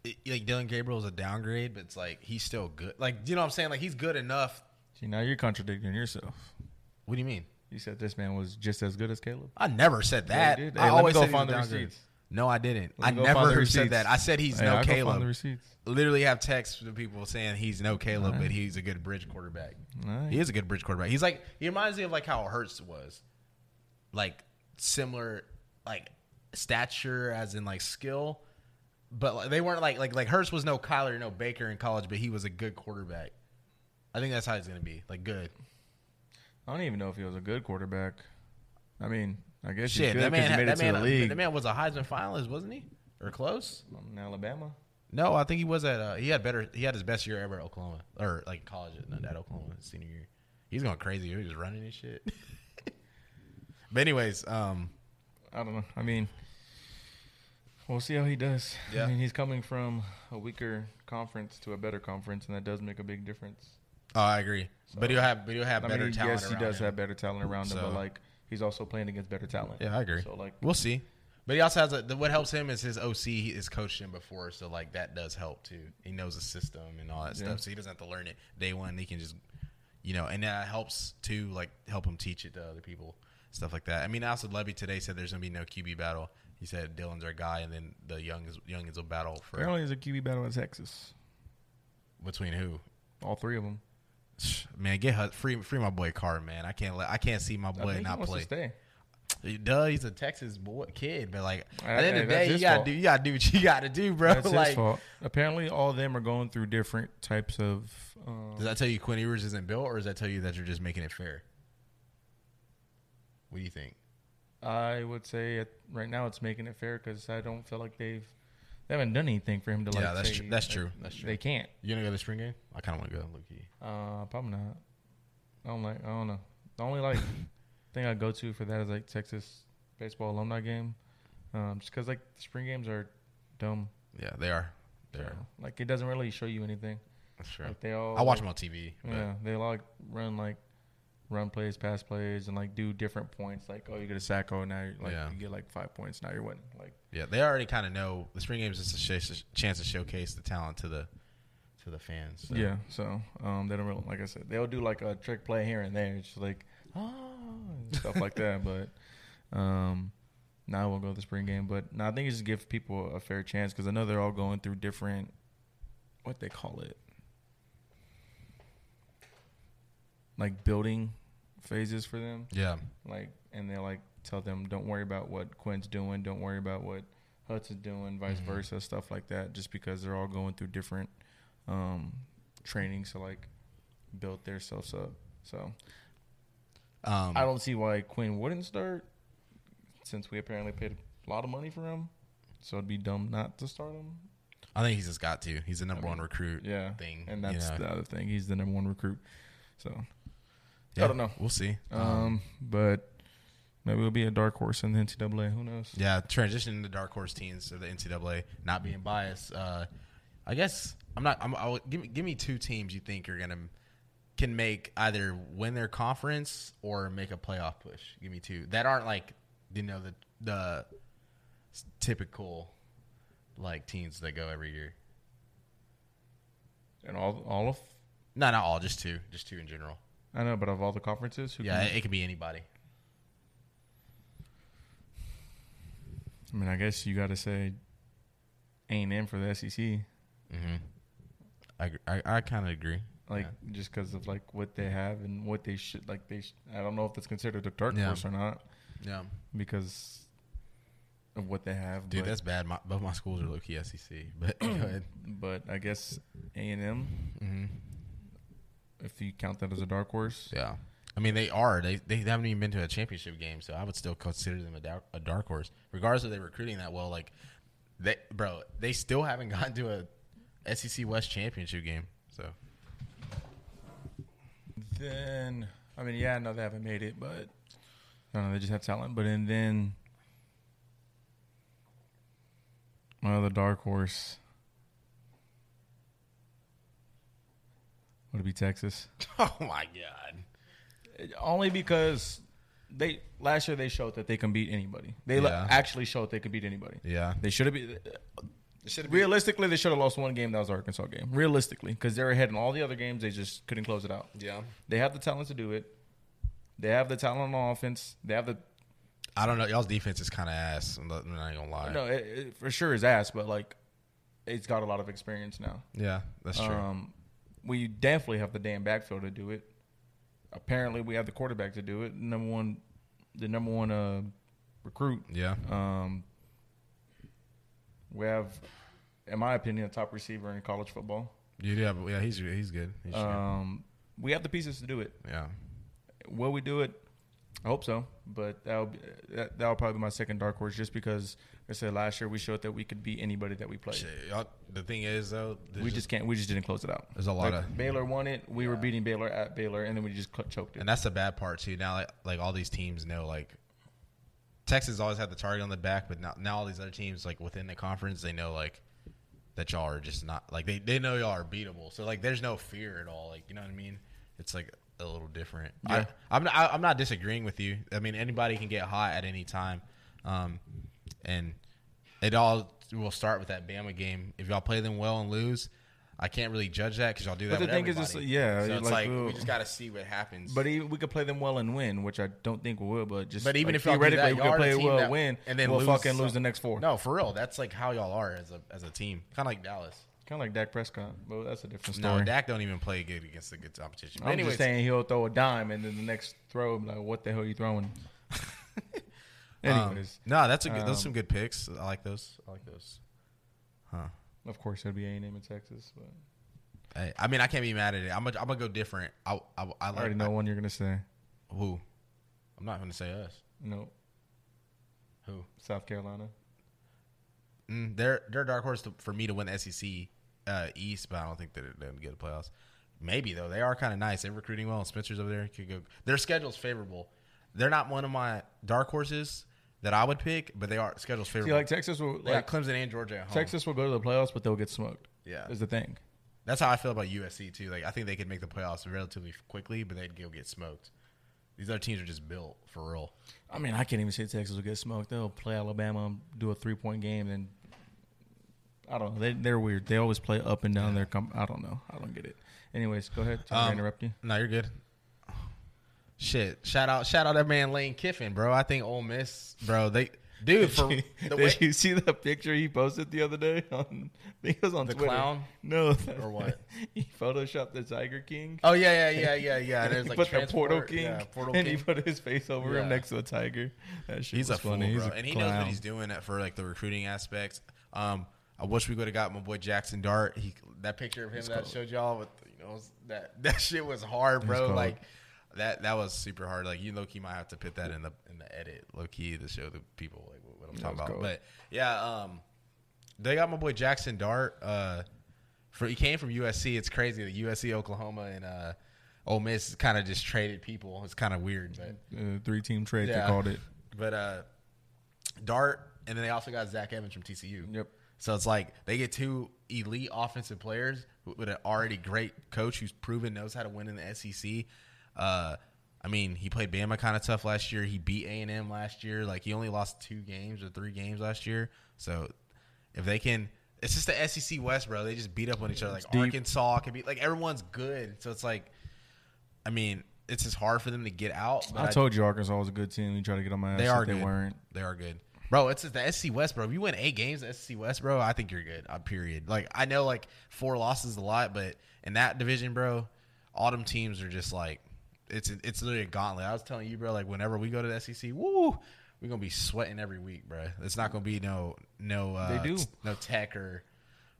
B: it- like Dylan Gabriel's a downgrade, but it's like he's still good. Like you know what I'm saying? Like he's good enough.
A: see now you're contradicting yourself
B: What do you mean?
A: you said this man was just as good as caleb
B: I never said that.
A: you did.
B: I
A: Hey, let me
B: always
A: go
B: said he was
A: find
B: a
A: the
B: downgrade.
A: receipts.
B: No, I didn't.
A: Let
B: I
A: me go find the
B: never said
A: receipts.
B: that. I said he's
A: Hey,
B: no
A: I'll go find the
B: Caleb.
A: receipts
B: Literally have texts from people saying he's no Caleb, but he's a good bridge quarterback.
A: All right.
B: He is a good bridge quarterback. He's like he reminds me of like how Hurts was, like similar like stature as in like skill, but like, they weren't like like like Hurts was no Kyler, no Baker in college, but he was a good quarterback. I think that's how he's gonna be like good.
A: i don't even know if he was a good quarterback i mean i guess he's
B: Shit,
A: good
B: that
A: because
B: man,
A: he made
B: that
A: it to
B: man,
A: the league
B: that man was a Heisman finalist, wasn't he? Or close?
A: in alabama
B: No, I think he was at. Uh, he had better. He had his best year ever at Oklahoma, or like college at, at Oklahoma his senior year. He's going crazy. He was just running and shit. but anyways, um,
A: I don't know. I mean, we'll see how he does.
B: Yeah.
A: I mean, he's coming from a weaker conference to a better conference, and that does make a big difference.
B: Oh, I agree. but he'll have but he'll have
A: I
B: better
A: mean,
B: talent.
A: yes, he
B: around
A: does
B: him.
A: have better talent around him,
B: So-
A: but like he's also playing against better talent.
B: Yeah, I agree.
A: So like,
B: we'll see. But he also has a, the, what helps him is his OC he has coached him before, so like that does help too. He knows the system and all that
A: Yeah.
B: stuff, so he doesn't have to learn it day one. He can just, you know, and that helps too, like help him teach it to other people, stuff like that. I mean, also Levy today said there's gonna be no QB battle. He said Dylan's our guy, and then the youngins youngins will battle for
A: apparently, there's a QB battle in Texas.
B: between who.
A: All three of them.
B: Man, get Hus- free free my boy Carr, man. I can't let I can't see my
A: I
B: boy
A: think he
B: not
A: wants
B: play.
A: to stay.
B: Duh, he's a Texas boy kid, but like
A: Hey,
B: at the end
A: hey,
B: of the
A: that's
B: day, you
A: his
B: gotta
A: fault.
B: do you gotta do what you gotta do, bro.
A: That's
B: like,
A: his fault. Apparently, all of them are going through different types of. Um,
B: does that tell you Quinn Ewers isn't built, or does that tell you that you're just making it fair? What do you think?
A: I would say at, right now it's making it fair because I don't feel like they've they haven't done anything for him to like.
B: Yeah, that's
A: say,
B: tr- that's
A: like,
B: true. That's true.
A: They can't.
B: You gonna go to the spring game? I kind of want to go, Lukey.
A: Uh, probably not. I don't like. I don't know. The only like thing I go to for that is like Texas baseball alumni game, um, just because like the spring games are dumb.
B: Yeah, they are. They are.
A: So, like it doesn't really show you anything.
B: That's true.
A: Like they all.
B: I watch them on TV. But
A: Yeah, they all, like run like run plays, pass plays, and like do different points. Like oh, you get a sack. Oh, now you're, like
B: Yeah.
A: you get like five points. Now you're winning. Like
B: yeah, they already kind of know the spring game is just a sh- chance to showcase the talent to the to the fans. So.
A: Yeah, so um, they don't really, like I said, they'll do like a trick play here and there, just like oh and stuff like that. But um, now we'll go to the spring game. But no, I think it just gives people a fair chance because I know they're all going through different what they call it, like building phases for them.
B: Yeah.
A: Like, and they like tell them, don't worry about what Quinn's doing, don't worry about what Hut's doing, vice versa, stuff like that. Just because they're all going through different um, training to like build themselves up. So
B: Um,
A: I don't see why Quinn wouldn't start, since we apparently paid a lot of money for him. So it'd be dumb not to start him.
B: I think he's just got to. He's the number one recruit.
A: Yeah,
B: Thing,
A: and that's
B: you know.
A: the other thing. He's the number one recruit. So
B: Yeah.
A: I don't know.
B: We'll see.
A: Um, but maybe it'll be a dark horse in the NCAA. Who knows?
B: yeah, transitioning to dark horse teams of the NCAA, not being biased. Uh, I guess I'm not. I'm, I'll, give me give me two teams you think are gonna can make either win their conference or make a playoff push. Give me two that aren't like you know the the s- typical like teams that go every year.
A: And all all of
B: No, not all. Just two. Just two in general.
A: I know, but of all the conferences, who
B: Yeah,
A: can-
B: it, it could be anybody.
A: I mean, I guess you got to say A and M for the E SEC,
B: Mm-hmm. I gr- I, I kind of agree.
A: like just 'cause just because of like what they have and what they should like. They sh- I don't know if that's considered a dark
B: Yeah.
A: horse or not
B: Yeah.
A: because of what they have.
B: Dude,
A: but,
B: that's bad. My, both my schools are low key SEC, but go ahead.
A: but I guess A and M,
B: Mm-hmm.
A: if you count that as a dark horse,
B: Yeah, I mean they are. They they haven't even been to a championship game, so I would still consider them a dark, a dark horse, regardless of they recruiting that well. Like, they bro, they still haven't gotten to a SEC West championship game. So
A: then I mean, yeah, I know they haven't made it, but I don't know, they just have talent. But and then my other dark horse would it be Texas.
B: oh my god,
A: Only because they last year they showed that they can beat anybody. They le-
B: Yeah.
A: actually showed they could beat anybody.
B: yeah,
A: They should have been. Realistically, they should have lost one game. That was the Arkansas game. Realistically, because they're ahead in all the other games, they just couldn't close it out.
B: yeah.
A: They have the talent to do it. They have the talent on offense. They have the
B: I don't know. Y'all's defense is kind of ass. I'm not, I'm not gonna lie.
A: no, it, it for sure is ass, but like it's got a lot of experience now.
B: Yeah, that's true.
A: Um, we definitely have the damn backfield to do it. Apparently, we have the quarterback to do it. Number one, the number one uh, recruit.
B: yeah,
A: Um, we have, in my opinion, a top receiver in college football.
B: you do. Have, yeah, he's he's good. He's
A: Um, we have the pieces to do it.
B: good. Yeah.
A: Will we do it? I hope so, but that'll be, that that'll probably be my second dark horse, just because I said last year we showed that we could beat anybody that we played.
B: Shit, y'all, the thing is though, there's
A: We just can't. We just didn't close it out.
B: there's a lot
A: Like,
B: of
A: Baylor won it. We were beating Baylor at Baylor, and then we just cl- choked it.
B: And that's the bad part too. Now, like, like all these teams know, like Texas always had the target on the back, but now, now all these other teams, like within the conference, they know like that y'all are just not like they, they know y'all are beatable. So like, there's no fear at all. Like you know what I mean? It's like a little different.
A: Yeah.
B: I, I'm not, I, I'm not disagreeing with you. I mean, anybody can get hot at any time, um, and it all will start with that Bama game. If y'all play them well and lose. I can't really judge that because y'all do that.
A: the
B: with
A: thing is, it's-
B: everybody.
A: yeah,
B: So
A: you're
B: it's
A: like,
B: like,
A: ooh.
B: we just got to see what happens.
A: But even, we could play them well and win, which I don't think we will. But just
B: But even
A: like,
B: if y'all do
A: theoretically
B: that,
A: we could
B: y'all are the
A: play
B: team
A: well,
B: that-
A: win,
B: and then
A: we'll
B: lose
A: fucking lose
B: some-
A: the next four.
B: No, for real. That's like how y'all are as a as a team. Kind of like Dallas.
A: Kind of like Dak Prescott, but that's a different
B: No,
A: story.
B: Dak don't even play good against the good competition. But
A: I'm
B: anyways,
A: just saying he'll throw a dime, and then the next throw, I'm like, what the hell are you throwing?
B: um,
A: Anyways,
B: no, that's a good,
A: um,
B: those are some good picks. I like those. I like those. Huh.
A: of course it'll be A&M in Texas, but
B: Hey, I mean, I can't be mad at it. I'm gonna I'm gonna go different. I I, I
A: I
B: like
A: already know one you're gonna say.
B: who. I'm not gonna say us.
A: No,
B: Who?
A: South Carolina.
B: Mm, they're they're a dark horse to, for me to win the SEC uh, East, but I don't think they're going to get the playoffs. Maybe though, they are kind of nice. They're recruiting well. and Spencer's over there. Could go. Their schedule's favorable. They're not one of my dark horses that I would pick, but they are schedule's
A: See,
B: favorable.
A: like Texas will
B: they
A: like
B: got Clemson and Georgia at home.
A: Texas will go to the playoffs, but they'll get smoked.
B: Yeah.
A: is the thing.
B: That's how I feel about USC too. Like I think they could make the playoffs relatively quickly, but they'd go get smoked. These other teams are just built for real.
A: I mean, I can't even say Texas will get smoked. They'll play Alabama, do a three point game, then I don't know. They, they're weird. They always play up and down their. Com- I don't know. I don't get it. Anyways, go ahead. Did I
B: Um,
A: interrupt you?
B: No, you're good. Shit, shout out, shout out that man Lane Kiffin, bro. I think Ole Miss, bro. They, dude, for
A: Did
B: the way,
A: you see the picture he posted the other day? On, I think it was on
B: The
A: Twitter.
B: clown?
A: No.
B: Or what?
A: he photoshopped the Tiger King.
B: oh yeah, yeah, yeah, yeah, yeah.
A: and
B: There's
A: he
B: like
A: put the Portal
B: transport-
A: King,
B: yeah, Portal
A: and
B: King.
A: he put his face over
B: Yeah.
A: him next to a tiger. That shit
B: He's a
A: was
B: fool,
A: funny.
B: bro,
A: He's a
B: and he
A: clown.
B: knows what he's doing at- for like the recruiting aspects. Um, I wish we would have got my boy Jackson Dart. He that picture of him that I
A: cold.
B: showed y'all with you know that that shit was hard, bro.
A: cold.
B: like that that was super hard. Like you low key might have to put that in the in the edit low key to show the people like what, what I'm talking
A: was
B: about.
A: cold.
B: But yeah, um, they got my boy Jackson Dart. Uh, for he came from USC. It's crazy. The USC, Oklahoma, and uh, Ole Miss kind of just traded people. It's kind of weird, but
A: Uh, three team trade.
B: Yeah.
A: They called it.
B: but uh, Dart, and then they also got Zach Evans from TCU.
A: Yep.
B: So it's like they get two elite offensive players who- with an already great coach who's proven knows how to win in the SEC. Uh, I mean, he played Bama kind of tough last year. He beat A and M last year. Like he only lost two games or three games last year. So if they can, it's just the SEC West, bro. They just beat up on each other. Like
A: deep.
B: Arkansas can be like everyone's good. So it's like, I mean, it's just hard for them to get out. but
A: I, told you Arkansas was a good team. You try to get on my ass.
B: they
A: if
B: are
A: They
B: good.
A: weren't.
B: They are good. Bro, it's just the SC West, bro. If you win eight games, the SC West, bro, I think you're good. Uh, period. Like I know like four losses is a lot, but in that division, bro, autumn teams are just like it's it's literally a gauntlet. I was telling you, bro, like whenever we go to the SEC, woo, we're gonna be sweating every week, bro. It's not gonna be no no uh,
A: They do.
B: t- no tech or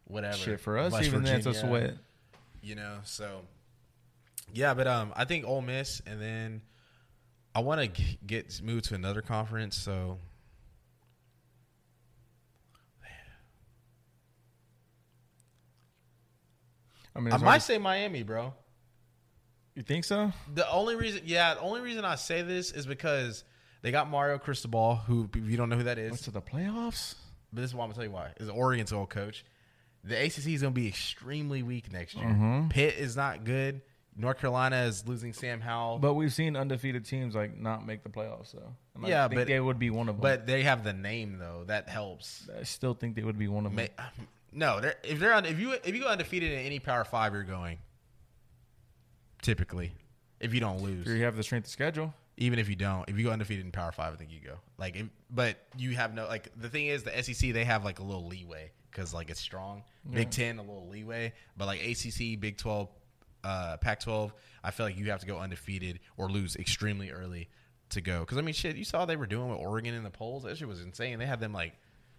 B: whatever.
A: Shit for us,
B: West
A: even that's a
B: Virginia
A: sweat.
B: you know. So, yeah, but um, I think Ole Miss, and then I want to g- get moved to another conference. So,
A: I mean,
B: I
A: it's
B: might
A: hard to-
B: say Miami, bro.
A: you think so?
B: The only reason, yeah, the only reason I say this is because they got Mario Cristobal, who if you don't know who that is,
A: Went to the playoffs.
B: but this is why I'm gonna tell you why. Is Oregon's old coach. The ACC is gonna be extremely weak next year. Pitt is not good. North Carolina is losing Sam Howell.
A: But we've seen undefeated teams like not make the playoffs though. And I
B: Yeah,
A: think
B: but-
A: they would be one of them.
B: but they have the name though that helps.
A: I still think they would be one of them.
B: Ma- No, they're, if they're on, if you if you go undefeated in any Power Five, you're going. Typically, if you don't
A: If
B: lose,
A: you have the strength of schedule.
B: even if you don't, if you go undefeated in Power Five, I think you go. Like, if, but you have no like. The thing is, the SEC they have like a little leeway because like it's strong. Big Ten a little leeway, but like ACC, Big Twelve, uh, Pac twelve, I feel like you have to go undefeated or lose extremely early to go. Because I mean, shit, you saw they were doing with Oregon in the polls. That shit was insane. They had them like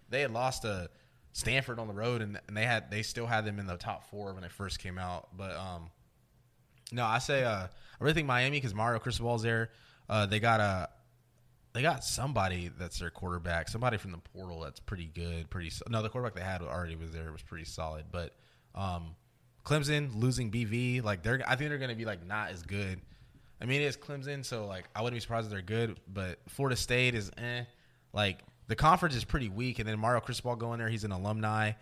B: they had lost to Stanford on the road, and, and they had they still had them in the top four when they first came out. But um, no, I say uh, I really think Miami because Mario Cristobal's there. Uh, they got a they got somebody that's their quarterback, somebody from the portal that's pretty good. Pretty so- no, the quarterback they had already was there was pretty solid. But um, Clemson losing BV, like they're I think they're gonna be like not as good. I mean, it's Clemson, so like I wouldn't be surprised if they're good. But Florida State is eh. Like the conference is pretty weak, and then Mario Cristobal going there, he's an alumni.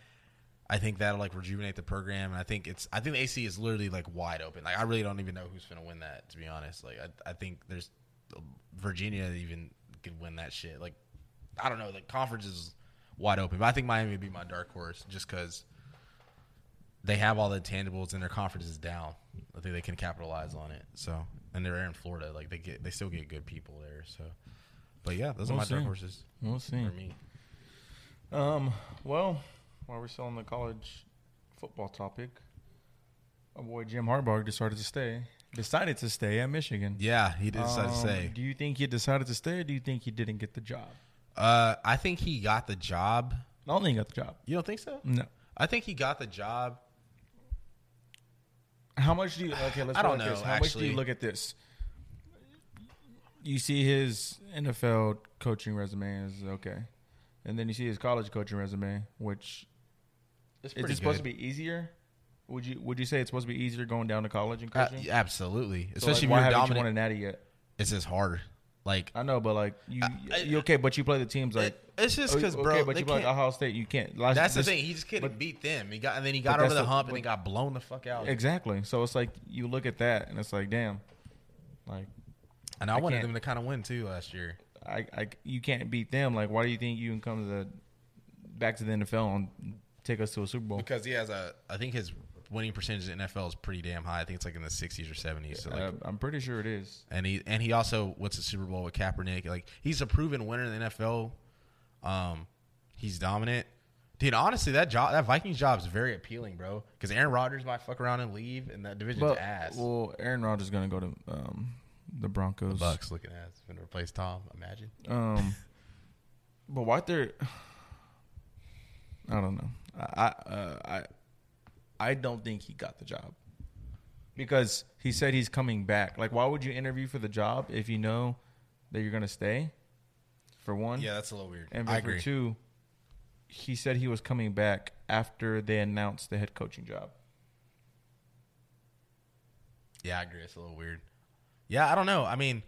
B: I think that'll like rejuvenate the program, and I think it's I think the AC is literally like wide open. Like I really don't even know who's gonna win that to be honest. Like I I think there's uh, Virginia even could win that shit. Like I don't know, the conference is wide open, but I think Miami would be my dark horse just because they have all the tangibles and their conference is down. I think they can capitalize on it. So and they're in Florida, like they get they still get good people there. So, but yeah, those are
A: We'll
B: my dark
A: see.
B: horses
A: We'll see.
B: for me.
A: Um, well, while we're still on the college football topic, our boy Jim Harbaugh decided to stay. Decided to stay at Michigan.
B: Yeah, he did decide to
A: Um,
B: say.
A: Do you think he decided to stay or do you think he didn't get the job?
B: Uh, I think he got the job.
A: I don't think he got the job.
B: You don't think so?
A: No.
B: I think he got the job.
A: How much do you okay? Let's
B: I
A: go
B: don't
A: like
B: know,
A: This. How much do
B: actually.
A: you look at this? You see his NFL coaching resume is okay, and then you see his college coaching resume, which
B: It's
A: is it supposed to be easier? Would you would you say it's supposed to be easier going down to college and coaching?
B: absolutely,
A: So, like,
B: Uh, especially
A: why
B: if you're
A: haven't
B: dominant.
A: you won a natty yet?
B: it's just harder. Like
A: I know, but like you,
B: I-
A: you okay? But you play the teams like
B: it- it's just because,
A: Oh, okay,
B: bro.
A: but
B: they
A: you play like
B: can't-
A: Ohio State, you can't. Last-
B: that's the
A: this-
B: thing. He just couldn't
A: but-
B: beat them. He got and then he
A: But
B: got over
A: that's
B: the
A: the-
B: hump and
A: but-
B: he got blown the fuck out.
A: Exactly. So it's like you look at that and it's like, damn, like
B: and I,
A: I
B: wanted
A: can't-
B: them to kind of win too last year.
A: I, I you can't beat them. Like, why do you think you can come to the back to the NFL on take us to a Super Bowl.
B: because he has a. I think his winning percentage in NFL is pretty damn high. I think it's like in the sixties or seventies. So like,
A: Uh, I'm pretty sure it is.
B: and he and he also what's the Super Bowl with Kaepernick. Like he's a proven winner in the NFL. Um, he's dominant. Dude, honestly, that job, that Vikings job is very appealing, bro. Because Aaron Rodgers might fuck around and leave, and that division's
A: But
B: ass.
A: well, Aaron Rodgers is gonna go to um, the Broncos.
B: Bucks looking ass. Gonna replace Tom. Imagine.
A: Um, but why they're, I don't know. I I, uh, I I don't think he got the job because he said he's coming back. Like, why would you interview for the job if you know that you're gonna stay? For one,
B: Yeah, that's a little weird.
A: and
B: I
A: then for
B: agree.
A: two, he said he was coming back after they announced the head coaching job.
B: Yeah, I agree. It's a little weird. Yeah, I don't know. I mean,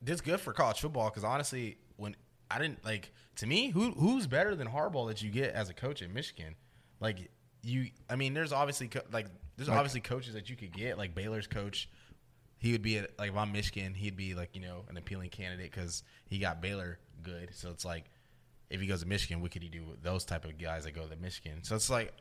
B: this good for college football because honestly, when I didn't like to me, who who's better than Harbaugh that you get as a coach in Michigan? Like you, I mean, there's obviously co- like there's obviously coaches that you could get like Baylor's coach. He would be at, like if I'm Michigan, he'd be like you know an appealing candidate because he got Baylor good. So it's like if he goes to Michigan, what could he do with those type of guys that go to Michigan? So it's like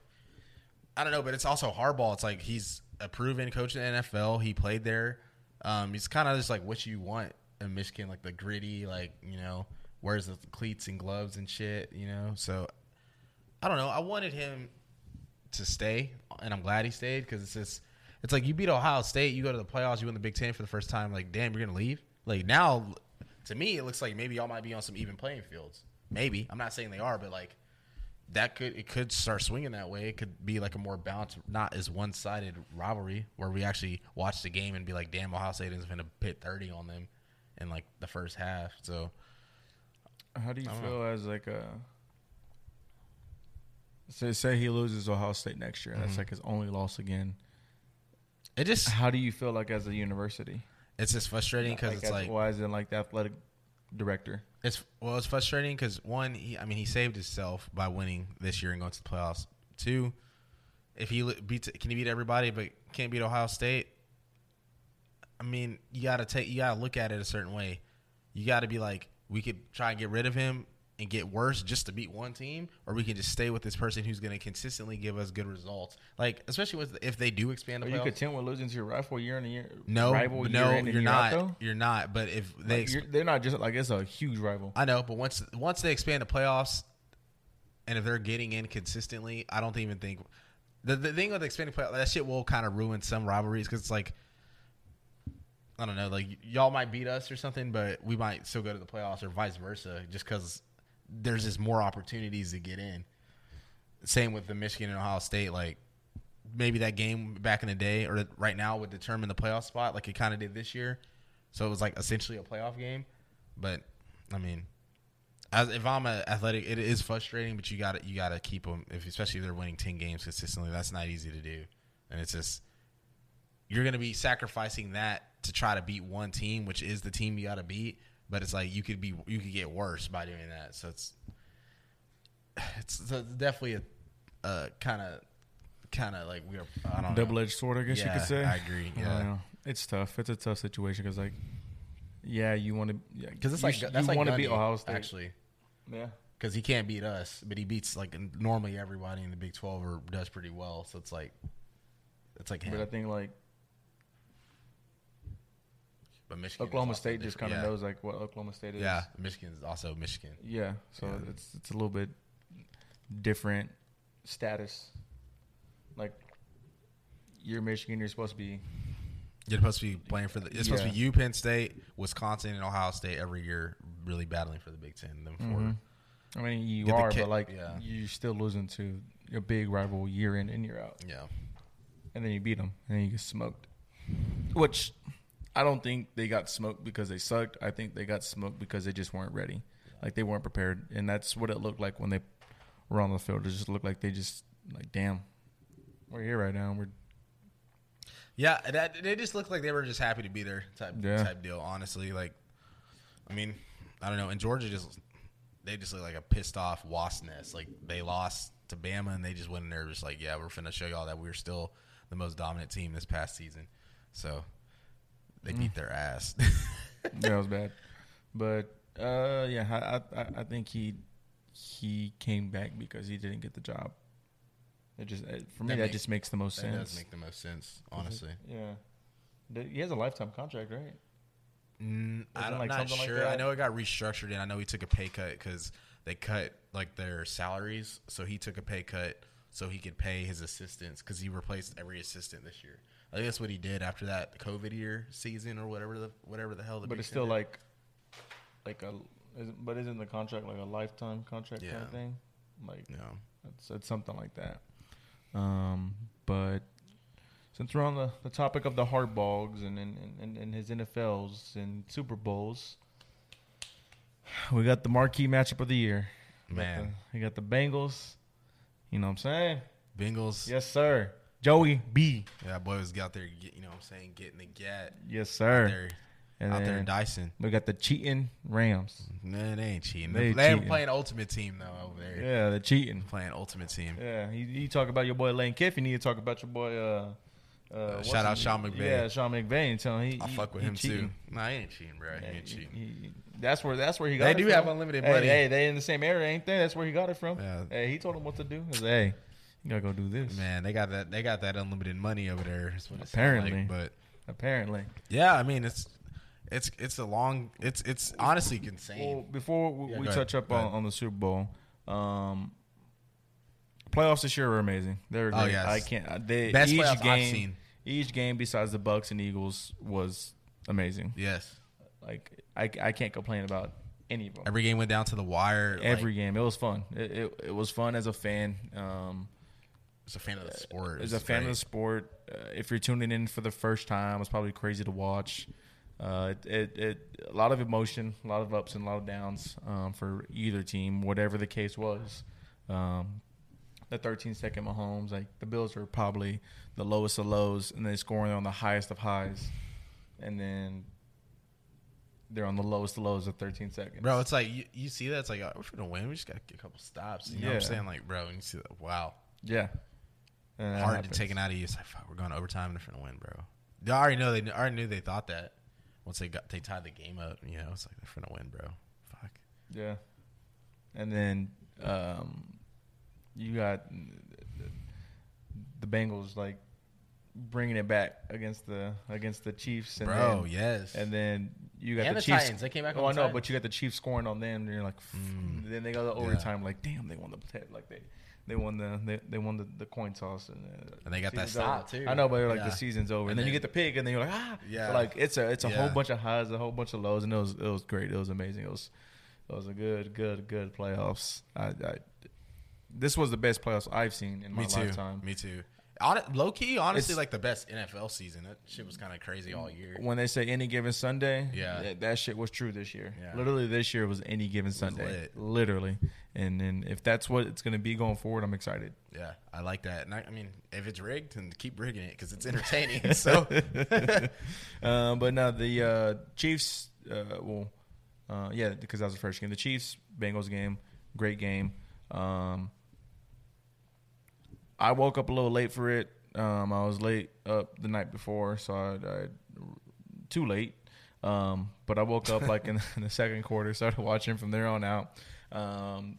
B: I don't know, but it's also Harbaugh. It's like he's a proven coach in the NFL. He played there. Um, he's kind of just like what you want in Michigan, like the gritty, like you know, wears the cleats and gloves and shit, you know. So I don't know. I wanted him to stay, and I'm glad he stayed because it's just it's like you beat Ohio State, you go to the playoffs, you win the Big Ten for the first time. Like, damn, you're gonna leave. Like now, to me, it looks like maybe y'all might be on some even playing fields. Maybe I'm not saying they are, but like that could it could start swinging that way. It could be like a more balanced, not as one sided rivalry where we actually watch the game and be like, damn, Ohio State is going to pit thirty on them in like the first half. So
A: How do you feel as like a say say he loses Ohio State next year? That's like his only loss again.
B: it just
A: Mm-hmm. How do you feel like as a university?
B: it's just frustrating because it's
A: as-
B: like
A: why is it like the athletic director?
B: It's well, it's frustrating because one, he, I mean, he saved himself by winning this year and going to the playoffs. Two, if he li- beats, can he beat everybody, but can't beat Ohio State? I mean, you gotta take, you gotta look at it a certain way. You gotta be like, we could try and get rid of him and get worse just to beat one team, or we can just stay with this person who's going to consistently give us good results. Like, especially with if they do expand the
A: Are
B: playoffs.
A: you content with losing to your rival year in a year?
B: no,
A: rival year
B: no,
A: in and
B: you're
A: year out,
B: not.
A: though?
B: you're not. But if they
A: Like, you're, they're not just like it's a huge rival.
B: I know, but once once they expand the playoffs, and if they're getting in consistently, I don't even think the the thing with expanding playoffs that shit will kind of ruin some rivalries because it's like I don't know, like y- y'all might beat us or something, but we might still go to the playoffs or vice versa, just because there's just more opportunities to get in. Same with the Michigan and Ohio State, like maybe that game back in the day or right now would determine the playoff spot, like it kind of did this year. So it was like essentially a playoff game, but I mean, as if I'm an athletic, it is frustrating, but you got to you got to keep them. If especially if they're winning ten games consistently, that's not easy to do, and it's just you're going to be sacrificing that to try to beat one team, which is the team you got to beat. But it's like you could be you could get worse by doing that. So it's it's, it's definitely a, a kind of kind of like we're I don't know.
A: Double edged sword, I guess you
B: Yeah,
A: could say.
B: I agree,
A: don't
B: yeah.
A: know. it's tough. It's a tough situation because like, yeah, you want to
B: because it's like that's
A: you
B: like
A: want to
B: Gundy,
A: beat Ohio State.
B: actually.
A: yeah.
B: because he can't beat us, but he beats like normally everybody in the Big Twelve or does pretty well. So it's like, it's like him.
A: But I
B: But,
A: think like
B: Michigan, is
A: Oklahoma
B: also
A: State just kind
B: different.
A: of knows
B: yeah.
A: like what Oklahoma State is.
B: Yeah, Michigan is also Michigan.
A: Yeah, so
B: Yeah.
A: it's it's a little bit different status. Like you're Michigan, you're supposed to be
B: You're supposed to be playing for the. It's supposed to
A: Yeah.
B: be you, Penn State, Wisconsin, and Ohio State every year, really battling for the Big Ten. Them 4
A: Mm-hmm. I mean you
B: Get the
A: are,
B: kick,
A: but like
B: yeah.
A: you're still losing to your big rival year in and year out.
B: yeah,
A: And then you beat them and then you get smoked. Which I don't think they got smoked because they sucked. I think they got smoked because they just weren't ready. Like they weren't prepared and that's what it looked like when they were on the field. It just looked like they just like damn. We're here right now. We're
B: yeah. That they just looked like they were just happy to be there type
A: Yeah.
B: type deal. Honestly, like, I mean, I don't know. And Georgia just they just look like a pissed off wasp nest. Like they lost to Bama and they just went in there just like, yeah, we're finna show y'all that we're still the most dominant team this past season. So they
A: Mm.
B: beat their ass.
A: that was bad. But uh, yeah, I, I I- I think he he came back because he didn't get the job. It just it, for me
B: That
A: that,
B: makes-
A: just makes the most
B: That
A: sense. Mm-hmm.
B: does make the most sense, honestly.
A: yeah, Th- he has a lifetime contract, right?
B: Mm, I'm
A: like
B: not
A: something like
B: sure. I
A: that?
B: know it got restructured, and I know he took a pay cut because they cut like their salaries. So he took a pay cut so he could pay his assistants because he replaced every assistant this year. I think that's what he did after that COVID year season or whatever the whatever the hell. The
A: But it's
B: Big
A: still
B: Ten
A: like, like a, isn't, but isn't the contract like a lifetime contract kind
B: Yeah.
A: of thing? Like
B: did. no.
A: it's, it's something like that. Um, but since we're on the, the topic of the hard bogs and and, and and his NFLs and Super Bowls, we got the marquee matchup of the year. We got
B: Man.
A: the- we got the Bengals. You know what I'm saying?
B: Bengals. Yeah.
A: Yes, sir. Joey B.
B: that boy was out there. Get, you know, what I'm saying getting the get
A: Yes, sir.
B: there
A: And
B: out there
A: then
B: Dyson.
A: we got the cheating Rams.
B: No, they ain't cheating.
A: They
B: They, they
A: cheating.
B: playing Ultimate Team though over there.
A: Yeah, the cheating.
B: Playing Ultimate Team.
A: Yeah, you, you talk about your boy Lane Kiff. You need to talk about your boy. Uh, uh, what's
B: shout out
A: his-
B: Sean McVay.
A: Yeah, Sean McVay. And tell him he,
B: I
A: he-
B: fuck with
A: he
B: him
A: cheating.
B: too. Nah, he ain't cheating, bro.
A: Yeah,
B: he ain't
A: he-
B: cheating.
A: he- that's where that's where he got.
B: They
A: it
B: do
A: from.
B: have unlimited
A: Hey,
B: money.
A: Hey, they in the same area, ain't they? That's where he got it from.
B: Yeah.
A: Hey, he told him what to do. He said, hey, you gotta go do this.
B: Man, they got that. They got that unlimited money over there. is what it sound
A: Apparently.
B: like. but
A: Apparently.
B: yeah, I mean, it's it's it's a long. It's it's honestly insane.
A: Well, before we,
B: Yeah,
A: we
B: go
A: touch
B: ahead.
A: up
B: Go
A: on,
B: ahead.
A: on the Super Bowl, um, playoffs this year were amazing. They were
B: Oh,
A: great.
B: yes.
A: I can't. They,
B: Best
A: each
B: playoffs I've
A: game,
B: seen.
A: Each game besides the Bucks and Eagles was amazing.
B: yes,
A: Like I, I can't complain about any of them.
B: every game went down to the wire. like,
A: Every game, it was fun. It, it, it was fun as a fan. Um,
B: as a fan of the sport,
A: as a
B: it's
A: fan of
B: great.
A: the sport, uh, if you're tuning in for the first time, it's probably crazy to watch. Uh, it, it, it a lot of emotion, a lot of ups and a lot of downs um, for either team, whatever the case was. Um, the 13 second Mahomes, like the Bills were probably the lowest of lows, and they scoring on the highest of highs, and then they're on the lowest of lows of 13 seconds.
B: bro, it's like you, you see that. It's like oh, we're gonna win. We just gotta get a couple stops. You know what I'm
A: Yeah.
B: saying? Like, bro, when you see that, wow,
A: yeah, And that
B: hard
A: happens.
B: to take it out of you. It's like fuck, we're going to overtime and we're gonna win, bro. They already know. They kn- already knew they thought that. Once they got they tied the game up, you know, it's like they're gonna win, bro. Fuck.
A: Yeah. And then um, you got the Bengals like bringing it back against the against the Chiefs and
B: Bro,
A: then,
B: yes.
A: and then you got
B: And
A: the,
B: the
A: Chiefs.
B: Titans. They came back
A: Oh, I
B: on the
A: know,
B: Titans.
A: but you got the Chiefs scoring on them, and you're like, f-
B: Mm.
A: then they go to overtime. Like, damn, they won the like they they won the they, they won the, the coin toss, and, uh,
B: And they got that
A: season's over.
B: stop, too.
A: I know, but you're like
B: Yeah.
A: the season's over, and,
B: And
A: then, you get
B: then-
A: the pick, and then you're like, ah,
B: Yeah.
A: So, like it's a it's a whole
B: Yeah.
A: bunch of highs, a whole bunch of lows, and it was it was great. It was amazing. It was it was a good good good playoffs. I, I this was the best playoffs I've seen in my
B: Me too.
A: lifetime.
B: Me too. Hon- low key, honestly,
A: It's- Mm,
B: like the best NFL season. That shit was kind of crazy all year.
A: When they say any given Sunday,
B: Yeah.
A: that, that shit was true this year.
B: Yeah.
A: Literally, this year was any given Sunday,
B: lit.
A: literally. And then if that's what it's going to be going forward, I'm excited.
B: Yeah, I like that. And I, I mean, if it's rigged, then keep rigging it because it's entertaining. so
A: Uh, but no, the uh, Chiefs. Uh, well, uh, yeah, because that was the first game. The Chiefs Bengals game, great game. Um, I woke up a little late for it. Um, I was late up the night before, so I, I too late. Um, but I woke up like in, the second quarter, started watching from there on out. Um,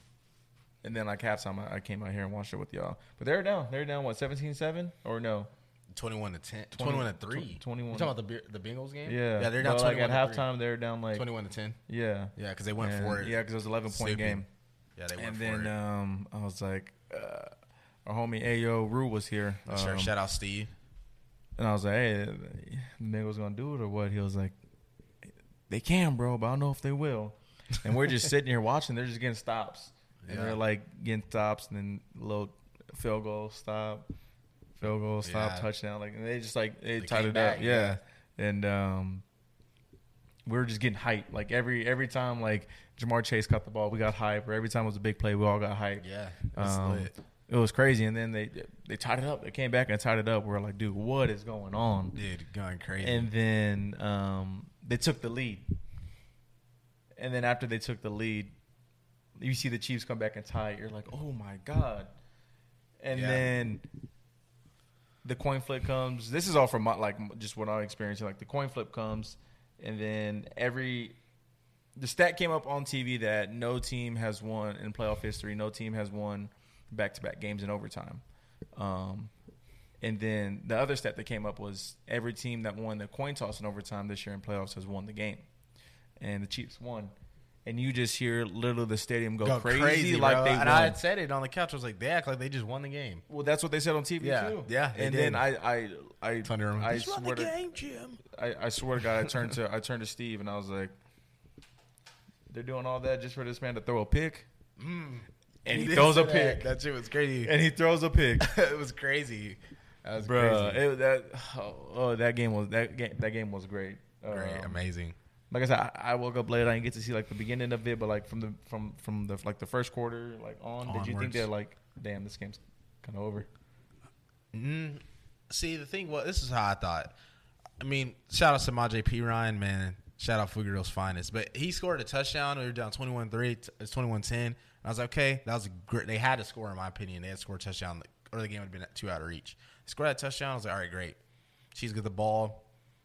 A: and then like halftime, I, I came out here and watched it with y'all. But they're down. They're down what 17-7 or no?
B: twenty-one to 10, 21 to three,
A: tw- 21.
B: You talking about the Be- the Bengals game?
A: Yeah,
B: yeah, they're down
A: But, like
B: twenty-one
A: at
B: to three.
A: halftime. They're down like
B: Twenty-one to ten.
A: yeah,
B: Yeah, because they went
A: And-
B: for it.
A: Yeah, because it was an eleven point
B: Stupid.
A: game.
B: yeah, they went
A: And
B: for
A: then
B: it.
A: um, I was like, uh, our homie Ayo Rue was here,
B: Sure,
A: um,
B: shout out Steve.
A: and I was like, hey, the nigga's gonna do it or what? He was like, they can, bro, but I don't know if they will. And we're just sitting here watching. They're just getting stops, and
B: Yeah.
A: they're like getting stops, and then little field goal stop, field goal stop,
B: Yeah.
A: touchdown. Like and they just like they,
B: They
A: tied
B: came
A: it
B: back,
A: up, yeah. And um, we were just getting hype. Like every every time, like Jamar Chase caught the ball, we got hype. Or every time it was a big play, we all got hype.
B: Yeah, it was
A: Um,
B: lit.
A: it was crazy. And then they they tied it up. They came back and tied it up. We are like, dude, what is going on?
B: Dude, going crazy.
A: And then um, they took the lead. And then after they took the lead, you see the Chiefs come back and tie. it. You're like, oh my god. And
B: Yeah.
A: then the coin flip comes. This is all from my, like just what I'm experiencing. Like the coin flip comes, and then every the stat came up on TV that no team has won in playoff history. No team has won back to back games in overtime. Um, and then the other stat that came up was every team that won the coin toss in overtime this year in playoffs has won the game, and the Chiefs won. And you just hear literally the stadium go,
B: Go
A: crazy, like
B: bro.
A: they
B: and
A: won.
B: I had said it on the couch. I was like, they act like they just won the game.
A: well, that's what they said on TV
B: Yeah.
A: too.
B: Yeah, they
A: and
B: did.
A: then I, I, I,
B: Thunder Room.
A: I
B: Just
A: swear to
B: game, Jim.
A: I, I swear to God, I turned to I turned to Steve and I was like, "They're doing all that just for this man to throw a pick."
B: Mm.
A: And he, throws a pick.
B: That shit was crazy.
A: And he throws a pick,
B: it was crazy. That was
A: Bruh,
B: crazy.
A: It, that oh, oh, that game was that game that game was great.
B: Great,
A: Um,
B: amazing.
A: like I said, I, I woke up late. I didn't get to see like the beginning of it, but like from the from from the like the first quarter like on. Did you think
B: Onwards.
A: they're like, damn, this game's kind of over?
B: Mm, see, the thing was, this is how I thought. I mean, shout out to Majay P. Ryan, man. Shout out Figueroa's finest. But he scored a touchdown. We were down 21 3. It's 21 10. And I was like, okay, that was a great. They had to score, in my opinion. They had to score a touchdown, or the game would have been at two out of reach. Scored that touchdown. I was like, all right, great. She's got the ball.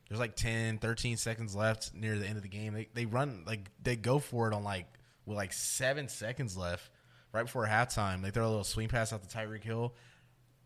B: There's like 10, 13 seconds left near the end of the game. They, they run, like, they go for it on like, with like seven seconds left right before halftime. They throw a little swing pass out to Tyreek Hill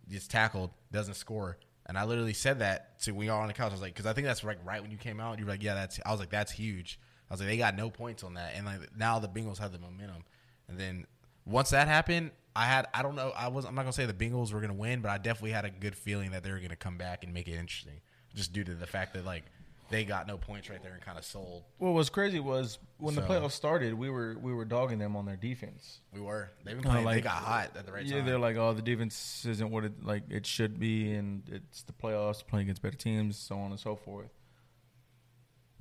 B: gets tackled, doesn't score. And I literally said that to we all on the couch. I was like, because I think that's like right when you came out. You were like, yeah, that's. I was like, that's huge. I was like, they got no points on that, and like now the Bengals have the momentum. And then once that happened, I had I don't know. I was I'm not gonna say the Bengals were gonna win, but I definitely had a good feeling that they were gonna come back and make it interesting, just due to the fact that like they got no points right there and kind of sold.
A: What was crazy was when the
B: So-
A: playoffs started, we were we were dogging them on their defense.
B: We were they've been
A: Kinda
B: playing. they
A: like-
B: got hot at the right
A: yeah,
B: time.
A: they're like, oh, the defense isn't what it like it should be, and it's the playoffs, playing against better teams, so on and so forth.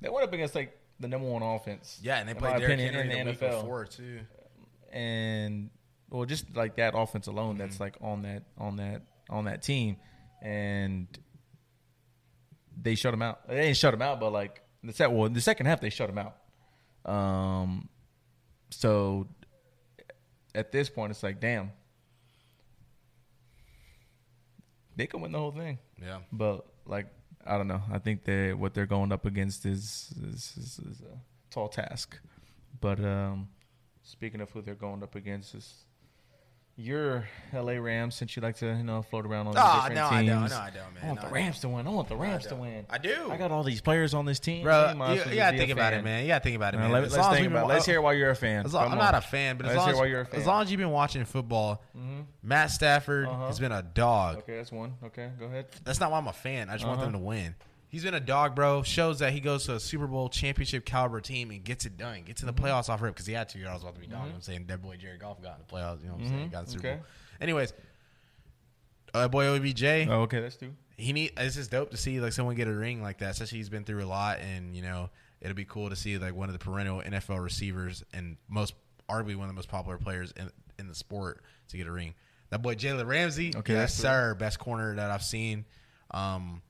A: They went up against like the number one offense,
B: yeah, and they
A: in
B: played
A: my
B: Derrick
A: opinion,
B: Henry the,
A: in the,
B: week
A: NFL,
B: before too.
A: and well, just like that offense alone, that's like on that on that on that team, and they shut them out. They didn't shut them out, but like the set, well, in the second half they shut them out. Um, so at this point, it's like, damn, they could win the whole thing,
B: Yeah.
A: but like I don't know. I think that what they're going up against is is, is, is a tall task. But um, speaking of who they're going up against is your LA Rams, since you like to you know float around on the
B: Ah,
A: different
B: no, I
A: teams.
B: don't. No, I don't, man.
A: I want
B: No,
A: the
B: I
A: Rams to win. I want the Rams to
B: I don't.
A: win.
B: I do.
A: I got all these players on this team.
B: Bro,
A: You
B: you,
A: might as well
B: you
A: just
B: gotta
A: be a
B: think about it,
A: fan.
B: man. You gotta think about it,
A: Now,
B: man.
A: let,
B: As
A: us
B: long as
A: think
B: we've
A: about.
B: been-
A: it. Let's hear why you're a fan.
B: as long-
A: Come
B: I'm
A: on.
B: not a fan, but as
A: Let's
B: long
A: hear
B: as,
A: why you're a fan. Mm-hmm.
B: as long as you've been watching football, Matt Stafford
A: Uh-huh.
B: has been a dog.
A: Okay, that's one. Okay, go ahead.
B: That's not why I'm a fan. I just want them
A: Uh-huh.
B: to win. He's been a dog, bro. Shows that he goes to a Super Bowl championship caliber team and gets it done. Gets in
A: Mm-hmm.
B: the playoffs off rip because he had to. I was about to be dogging. I'm saying that boy Jared Goff got in the playoffs. You know what I'm saying? Got in the Super
A: Mm-hmm. Okay.
B: Bowl. Anyways, uh, boy OBJ
A: Oh, okay, that's two.
B: he need it's just dope to see like someone get a ring like that especially he's been through a lot and you know it'll be cool to see like one of the perennial nfl receivers and most arguably one of the most popular players in, in the sport to get a ring that boy jalen ramsey
A: Okay,
B: yes
A: that's the-
B: sir best corner that i've seen um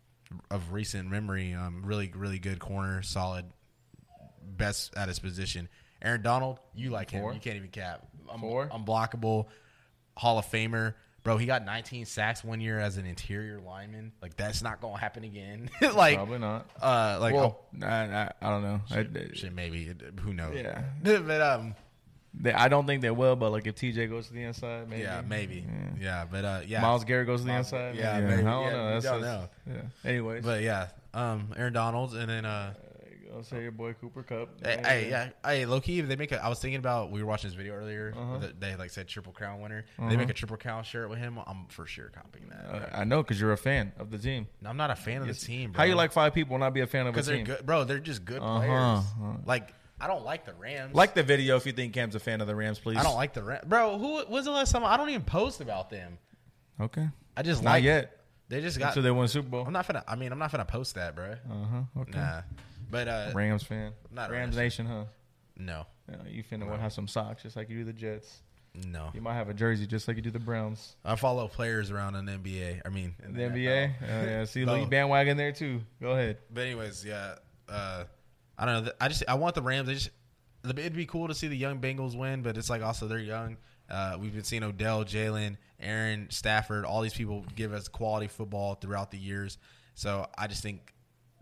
B: of recent memory um really really good corner solid best at his position aaron donald you like
A: Four.
B: him you can't even cap um,
A: Four.
B: unblockable Hall of Famer. Bro, he got 19 sacks one year as an interior lineman. Like that's not gonna happen again. like,
A: Probably not.
B: uh, like
A: Well, I, I, I don't know. I,
B: oh, shit, maybe It- who knows?
A: Yeah.
B: but um,
A: they- I don't think they will, but like if TJ goes to the inside, maybe.
B: yeah, maybe, yeah, but uh, yeah,
A: Miles Garrett goes to the
B: Miles-
A: inside.
B: yeah, maybe.
A: I don't
B: Yeah,
A: know.
B: you
A: That's,
B: don't
A: that's- Yeah. Anyways,
B: but yeah, um, Aaron Donald, and then uh,
A: I'll say your boy Cooper Cup.
B: Hey, hey, yeah, hey, low key. If they make a, I was thinking about we were watching this video earlier.
A: Uh-huh.
B: where They like said triple crown winner. If They make a triple crown shirt with him. I'm for sure copying that.
A: Uh, I know because you're a fan of the team.
B: I'm not a fan of the team. Bro.
A: How you like five people and not be a fan of a
B: Because they're
A: team?
B: good, bro. They're just good
A: Uh-huh,
B: players.
A: uh-huh.
B: Like I don't like the Rams.
A: Like the video if you think Cam's a fan of the Rams, please.
B: I don't like the Rams, bro. Who? When's the last time? I don't even post about them.
A: Okay.
B: I just
A: Not
B: like
A: yet.
B: They just got.
A: Until they win Super Bowl.
B: I'm not finna. I mean, I'm not finna post that, bro.
A: Uh huh. Okay.
B: Nah, but uh,
A: Rams fan.
B: Not a
A: Rams
B: Rams
A: Nation, huh?
B: no,
A: Yeah, you finna want to have some socks just like you do the Jets.
B: no.
A: You might have a jersey just like you do the Browns.
B: I follow players around in the NBA. I mean, in
A: The NBA. Oh, yeah. See, look,
B: No.
A: you bandwagon there too. Go ahead.
B: But anyways, yeah. Uh, I don't know. I just I want the Rams. I just it'd be cool to see the young Bengals win, but it's like also they're young. Uh, we've been seeing Odell, Jalen, Aaron, Stafford, all these people give us quality football throughout the years. So I just think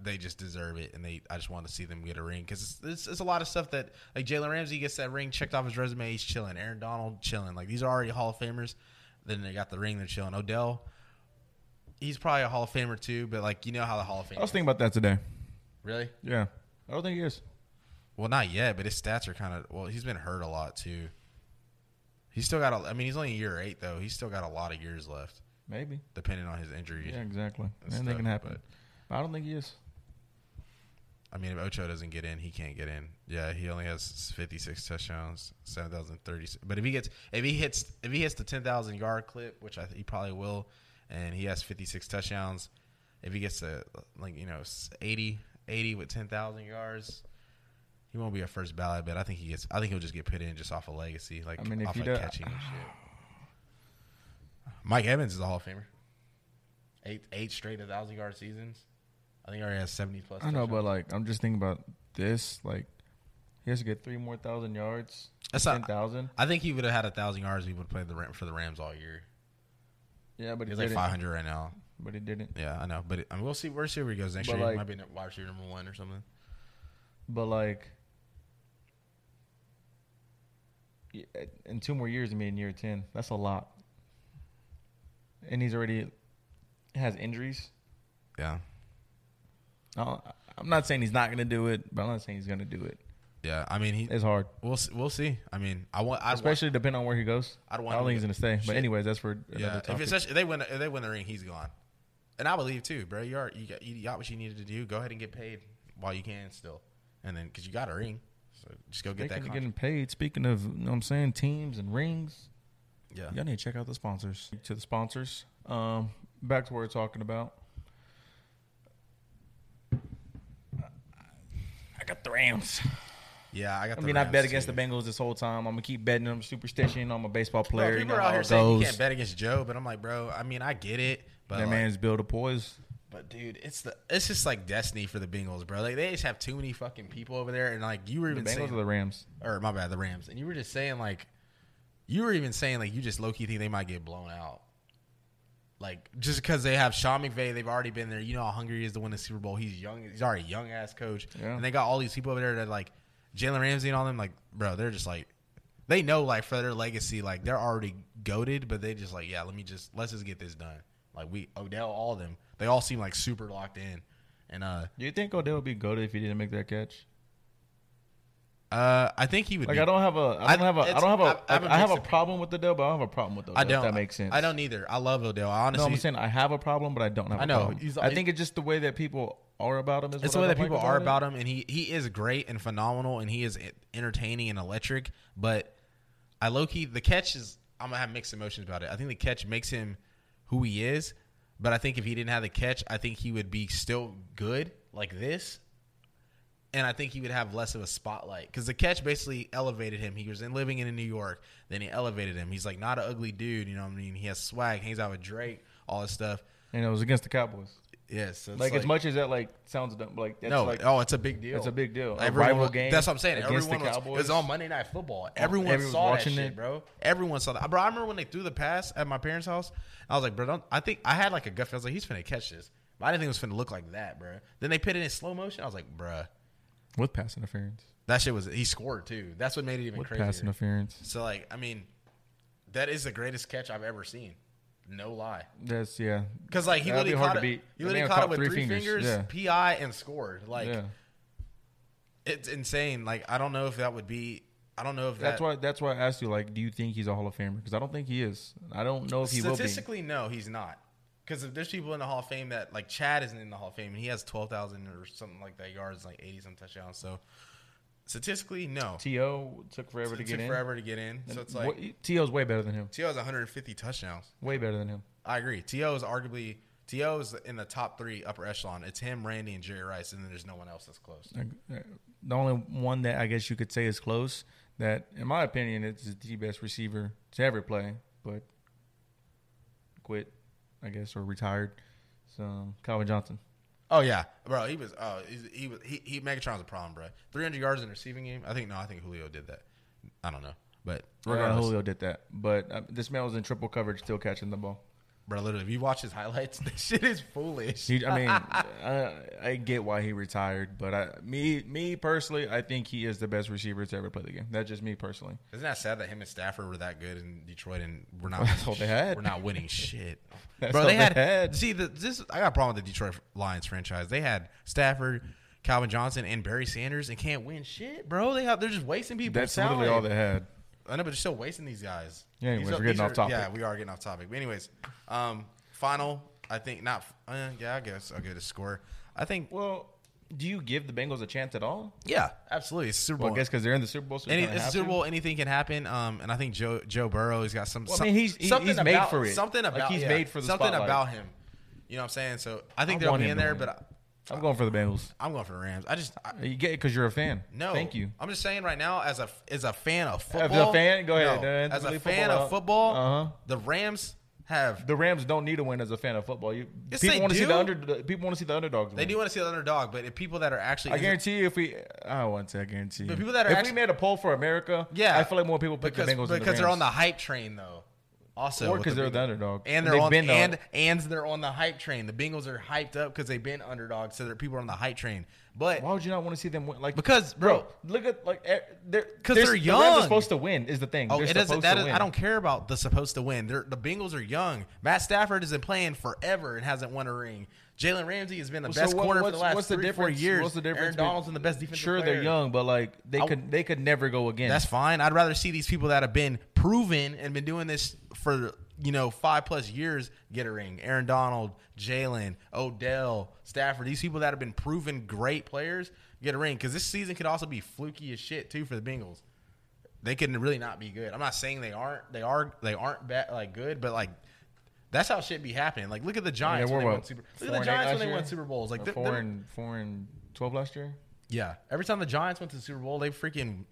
B: they just deserve it, and they I just want to see them get a ring because it's, it's it's a lot of stuff that like Jalen Ramsey gets that ring checked off his resume. He's chilling. Aaron Donald chilling. Like these are already Hall of Famers. Then they got the ring. They're chilling. Odell he's probably a Hall of Famer too, but like you know how the Hall of Fame.
A: I was thinking about that today.
B: really?
A: Yeah, I don't think he is.
B: Well, not yet, but his stats are kind of well. He's been hurt a lot too. He's still got. A, I mean, he's only a year eight though. He's still got a lot of years left,
A: Maybe.
B: depending on his injuries.
A: Yeah, exactly.
B: That's
A: Anything
B: tough,
A: can happen. I don't think he is.
B: I mean, if Ocho doesn't get in, he can't get in. Yeah, he only has fifty six touchdowns, seven thousand thirty. But if he gets, if he hits, if he hits the ten thousand yard clip, which I think he probably will, and he has fifty six touchdowns, if he gets to like you know 80, 80 with ten thousand yards, he won't be a first ballot. But I think he gets. I think he'll just get put in just off a legacy, like
A: I mean, if
B: off
A: he
B: like
A: does-
B: catching and shit. Mike Evans is a Hall of Famer. Eight eight straight thousand yard seasons. I think he already has seventy plus.
A: I know,
B: touchdowns.
A: but like I'm just thinking about this. Like he has to get three more thousand yards.
B: That's
A: ten
B: not-
A: thousand.
B: I think he would have had a thousand yards. If he would have played the Ram- for the Rams all year.
A: Yeah, but he
B: He's like
A: didn't.
B: five hundred right now.
A: But he didn't.
B: Yeah, I know. But it, I mean, we'll see. We'll see where he goes next
A: But
B: year.
A: like-
B: he might be n- wide receiver number one or something.
A: But like yeah, in two more years, I mean, in year ten, that's a lot. And he's already has injuries.
B: Yeah,
A: I don't- I'm not saying he's not going to do it, but I'm not saying he's going to do it.
B: yeah. I mean, he.
A: It's hard,
B: We'll see, we'll see. I mean, I want. I'd want
A: especially depending on where he goes.
B: I'd
A: I
B: want
A: don't think
B: him
A: he's
B: to
A: going to stay.
B: shit.
A: But anyways, that's for another
B: yeah. If,
A: topic.
B: it's such, if they win, if they win the ring, he's gone. And I believe too, bro. You are you got, you got what you needed to do. Go ahead and get paid while you can still, and then because you got a ring, so just go
A: Speaking of
B: get that. Contract.
A: getting paid, speaking of, you know what I'm saying, teams and rings,
B: yeah.
A: y'all need to check out the sponsors. To the sponsors, um, back to what we're talking about. I got the Rams.
B: yeah, I got.
A: I
B: the
A: mean, I
B: Rams,
A: bet against
B: too.
A: the Bengals this whole time. I'm gonna keep betting them. Superstition. I'm a baseball
B: Bro,
A: player. you know
B: people are out
A: how
B: here
A: it
B: saying you
A: goes.
B: can't bet against Joe, but I'm like, bro. I mean, I get it, but
A: that
B: like,
A: man's built a poise.
B: But dude, it's the it's just like destiny for the Bengals, bro. Like they just have too many fucking people over there, and like you were
A: The
B: even
A: Bengals
B: saying,
A: or the Rams?
B: or my bad, the Rams, and you were just saying like, you were even saying like you just low key think they might get blown out, like just because they have Sean McVay, they've already been there. You know how hungry he is to win the Super Bowl. He's young, he's already young ass coach,
A: Yeah.
B: and they got all these people over there that like Jalen Ramsey and all them. Like, bro, they're just like. They know, like, for their legacy, like they're already goaded, but they just like, yeah, let me just let's just get this done. Like we Odell, all of them, they all seem like super locked in, and uh,
A: Do you think Odell would be goaded if he didn't make that catch?
B: uh, I think he would.
A: Like
B: be-
A: I don't have a, I don't
B: I-
A: have a, I
B: it's-
A: don't have a,
B: I've-
A: I,
B: I've been
A: I have a
B: mixed up.
A: problem with Odell, but I don't have a problem with Odell.
B: I don't.
A: If that makes sense.
B: I don't either. I love Odell. I
A: No,
B: honestly,
A: I'm saying I have a problem, but I don't have.
B: I
A: a
B: know.
A: Problem.
B: He's-
A: I think it's just the way that people are about him. Is
B: it's the
A: what I
B: way that
A: don't
B: people
A: like
B: are
A: it.
B: about him, and he he is great and phenomenal, and he is entertaining and electric. But I low key the catch is I'm gonna have mixed emotions about it. I think the catch makes him who he is, but I think if he didn't have the catch, I think he would be still good like this. And I think he would have less of a spotlight because the catch basically elevated him. He was in living in New York, then he elevated him. He's like not an ugly dude, you know. what I mean, he has swag, hangs out with Drake, all this stuff.
A: And it was against the Cowboys.
B: Yes, so it's
A: Like, as much as that like sounds dumb, like that's
B: no,
A: like
B: oh, it's a big deal.
A: it's a big deal. A
B: Everyone
A: rival
B: was-
A: game
B: That's what I'm saying.
A: against the
B: Everyone was, it was
A: Cowboys. Oh,
B: on Monday Night Football. Everyone,
A: everyone was
B: saw
A: watching
B: that shit,
A: it.
B: bro. Everyone saw that, bro. I remember when they threw the pass at my parents' house. I was like, bro, don't. I think I had like a gut. feel. I was like, he's finna catch this, but I didn't think it was finna look like that, bro. Then they put it in slow motion. I was like, bro,
A: with pass interference,
B: that shit was. He scored too. That's what made it even
A: with
B: crazier.
A: pass interference.
B: so like, I mean, that is the greatest catch I've ever seen. No lie.
A: That's yeah.
B: Because like he
A: That'd be
B: literally
A: hard
B: caught
A: to
B: it,
A: beat.
B: he
A: That
B: literally
A: man
B: caught it
A: caught
B: with
A: three
B: three fingers,
A: fingers,
B: PI, and scored. Like
A: yeah.
B: it's insane. Like I don't know if that would be. I don't know if
A: That's
B: that,
A: why. That's why I asked you. Like, do you think he's a Hall of Famer? Because I don't think he is. I don't know if he will be.
B: Statistically, no, he's not. Because if there's people in the Hall of Fame that like Chad isn't in the Hall of Fame and he has twelve thousand or something like that yards, like eighty some touchdowns. So statistically, no,
A: To took forever to
B: it
A: get
B: took
A: in.
B: forever to get in. So it's like
A: Wa- To's way better than him.
B: To has 150 touchdowns.
A: Way better than him.
B: I agree. To is arguably To is in the top three upper echelon. It's him, Randy, and Jerry Rice, and then there's no one else that's close.
A: Like, uh, The only one that I guess you could say is close. That, in my opinion, is the best receiver to ever play, but quit, I guess, or retired. So Calvin Johnson.
B: Oh yeah, bro. He was. Oh, he's- he was. He, he Megatron was a problem, bro. Three hundred yards in receiving game. I think no. I think Julio did that. I don't know, but
A: Yeah,
B: regardless,
A: uh, Julio did that, but uh, this man was in triple coverage, still catching the ball.
B: Bro, literally, if you watch his highlights, this shit is foolish.
A: He, I mean, I, I get why he retired, but I, me, me personally, I think he is the best receiver to ever play the game. That's just me personally.
B: Isn't that sad that him and Stafford were that good in Detroit and we're not?
A: That's all they had.
B: We're not winning shit,
A: That's
B: bro.
A: all
B: They
A: they
B: had,
A: had.
B: See, the, this I got a problem with the Detroit Lions franchise. They had Stafford, Calvin Johnson, and Barry Sanders, and can't win shit, bro. They have, they're just wasting people.
A: That's literally all they had.
B: I know, but they're still wasting these guys.
A: Yeah, anyways,
B: These are-
A: we're getting
B: these
A: off
B: are-
A: topic.
B: Yeah, we are getting off topic. But anyways, um, final. I think not. Uh, yeah, I guess I'll give it a score. I think.
A: Well, do you give the Bengals a chance at all?
B: Yeah, absolutely. It's Super Bowl.
A: Well, I guess because they're in the Super Bowl. So
B: Any,
A: you kinda
B: it's
A: have
B: Super
A: to.
B: Bowl. Anything can happen. Um, and I think Joe Joe Burrow has got some.
A: Well, I
B: some-
A: mean, he's- he-
B: something
A: he's
B: about,
A: made for it.
B: Something
A: Like,
B: about
A: he's
B: yeah,
A: made for the
B: something
A: spotlight.
B: about him. You know what I'm saying? So I
A: I
B: think they'll
A: want
B: be
A: him
B: in
A: to
B: there,
A: win.
B: but
A: I'm going for the Bengals.
B: I, I'm going for the Rams. I just I,
A: You get it because you're a fan.
B: no.
A: thank you.
B: I'm just saying right now, as a as a fan of
A: a
B: football,
A: fan? Go ahead.
B: no.
A: Uh,
B: as a
A: leave
B: fan
A: football
B: of
A: out.
B: football,
A: Uh-huh.
B: the Rams have.
A: The Rams don't need a win as a fan of football. You,
B: Yes,
A: people
B: they
A: want to see
B: do.
A: the under. the- People want to see the underdogs.
B: They
A: win.
B: do want to see the underdog, but if people that are actually
A: I guarantee you, if we, I want to. I guarantee. you.
B: But people that are
A: if
B: actually-
A: we made a poll for America,
B: Yeah.
A: I feel like more people pick
B: because
A: the Bengals
B: because
A: than the
B: they're on the
A: Rams.
B: hype train though. Also,
A: or
B: with
A: because
B: the
A: they're the
B: Bengals.
A: underdog,
B: And they're
A: they've
B: on
A: been
B: and and they're on the hype train. The Bengals are hyped up because they've been underdogs, so their people are on the hype train. But
A: Why would you not want to see them win? Like
B: Because, bro-
A: look at like eh, they're
B: 'Cause they're
A: the Rams
B: young.
A: are supposed to win is the thing.
B: oh,
A: They're
B: it doesn't.
A: supposed
B: That
A: to
B: is,
A: win.
B: I don't care about the supposed to win. They're, the Bengals are young. Matt Stafford has been playing forever and hasn't won a ring. Jalen Ramsey has been the
A: So
B: best
A: what-
B: corner for the
A: what's-
B: last
A: what's
B: three, four
A: difference-
B: years.
A: What's the difference?
B: Aaron
A: between-
B: Donald's been the best defensive
A: Sure,
B: player.
A: they're young, but like they could they could never go again.
B: That's fine. I'd rather see these people that have been proven and been doing this for you know five plus years get a ring. Aaron Donald, Jalen, Odell, Stafford. These people that have been proven great players get a ring because this season could also be fluky as shit too for the Bengals. They could really not be good. I'm not saying they aren't. They are. They aren't bad, like good, but like. That's how shit be happening. Like, look at the Giants
A: Yeah,
B: when
A: we're
B: they
A: what,
B: won Super. Look
A: four
B: at the
A: and eight
B: Giants when
A: last
B: they won
A: year?
B: Super Bowls. Like,
A: Or
B: they're-
A: four
B: they're-
A: and four and twelve last year.
B: yeah. Every time the Giants went to the Super Bowl, they freaking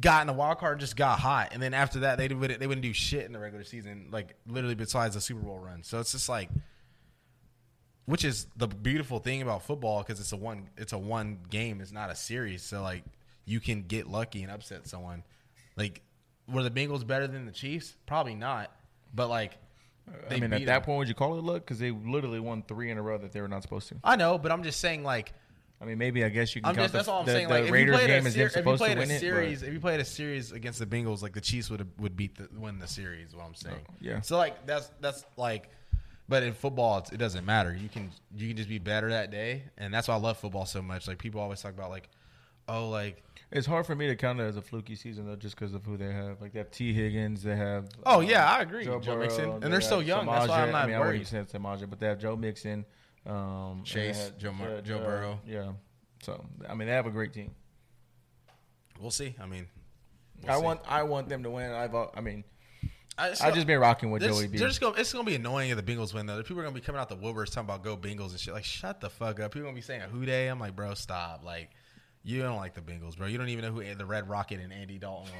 B: got in the wild card and just got hot. And then after that, they wouldn't they wouldn't do shit in the regular season, like literally besides the Super Bowl run. So it's just like which is the beautiful thing about football because it's a one it's a one game, it's not a series. So like you can get lucky and upset someone. Like were the Bengals better than the Chiefs? Probably not. But like
A: I mean, at
B: beat
A: that
B: them.
A: point, would you call it luck? Because they literally won three in a row that they were not supposed to.
B: I know, but I'm just saying like
A: I mean, maybe I guess you can
B: I'm
A: count
B: just,
A: the,
B: that's all I'm
A: the,
B: saying.
A: the
B: Like,
A: Raiders
B: if you played
A: game
B: a,
A: as
B: ser-
A: them
B: if you
A: supposed to
B: played
A: win
B: a
A: it.
B: series, if you played a series against the Bengals, like the Chiefs would would beat the, win the series. is What I'm saying,
A: Oh, yeah.
B: So like that's that's like, but in football, it's, it doesn't matter. You can you can just be better that day, and that's why I love football so much. Like people always talk about like, oh like
A: but it's hard for me to count it as a fluky season though, just because of who they have. Like they have T. Higgins, they have.
B: oh
A: um,
B: yeah, I agree, Joe,
A: Burrow,
B: Mixon, and
A: they
B: they're so
A: have
B: young. That's why
A: Samaje.
B: I'm not
A: I mean, I
B: worried.
A: wouldn't even say Samaje, but they have Joe Mixon, um, and they
B: Chase,
A: had-
B: Joe Mar-
A: yeah, uh,
B: Joe Burrow.
A: Yeah, so I mean, they have a great team.
B: We'll see. I mean, we'll
A: I
B: see.
A: want I want them to win. I've al- I mean
B: I, so-
A: I've just been rocking with
B: They're
A: Joey
B: just,
A: B.
B: they're just gonna, it's gonna be annoying if the Bengals win though. The People are gonna be coming out the woodworks talking about go Bengals and shit. Like, shut the fuck up. People gonna be saying who day. I'm like, bro, stop. Like, you don't like the Bengals, bro. You don't even know who the Red Rocket and Andy Dalton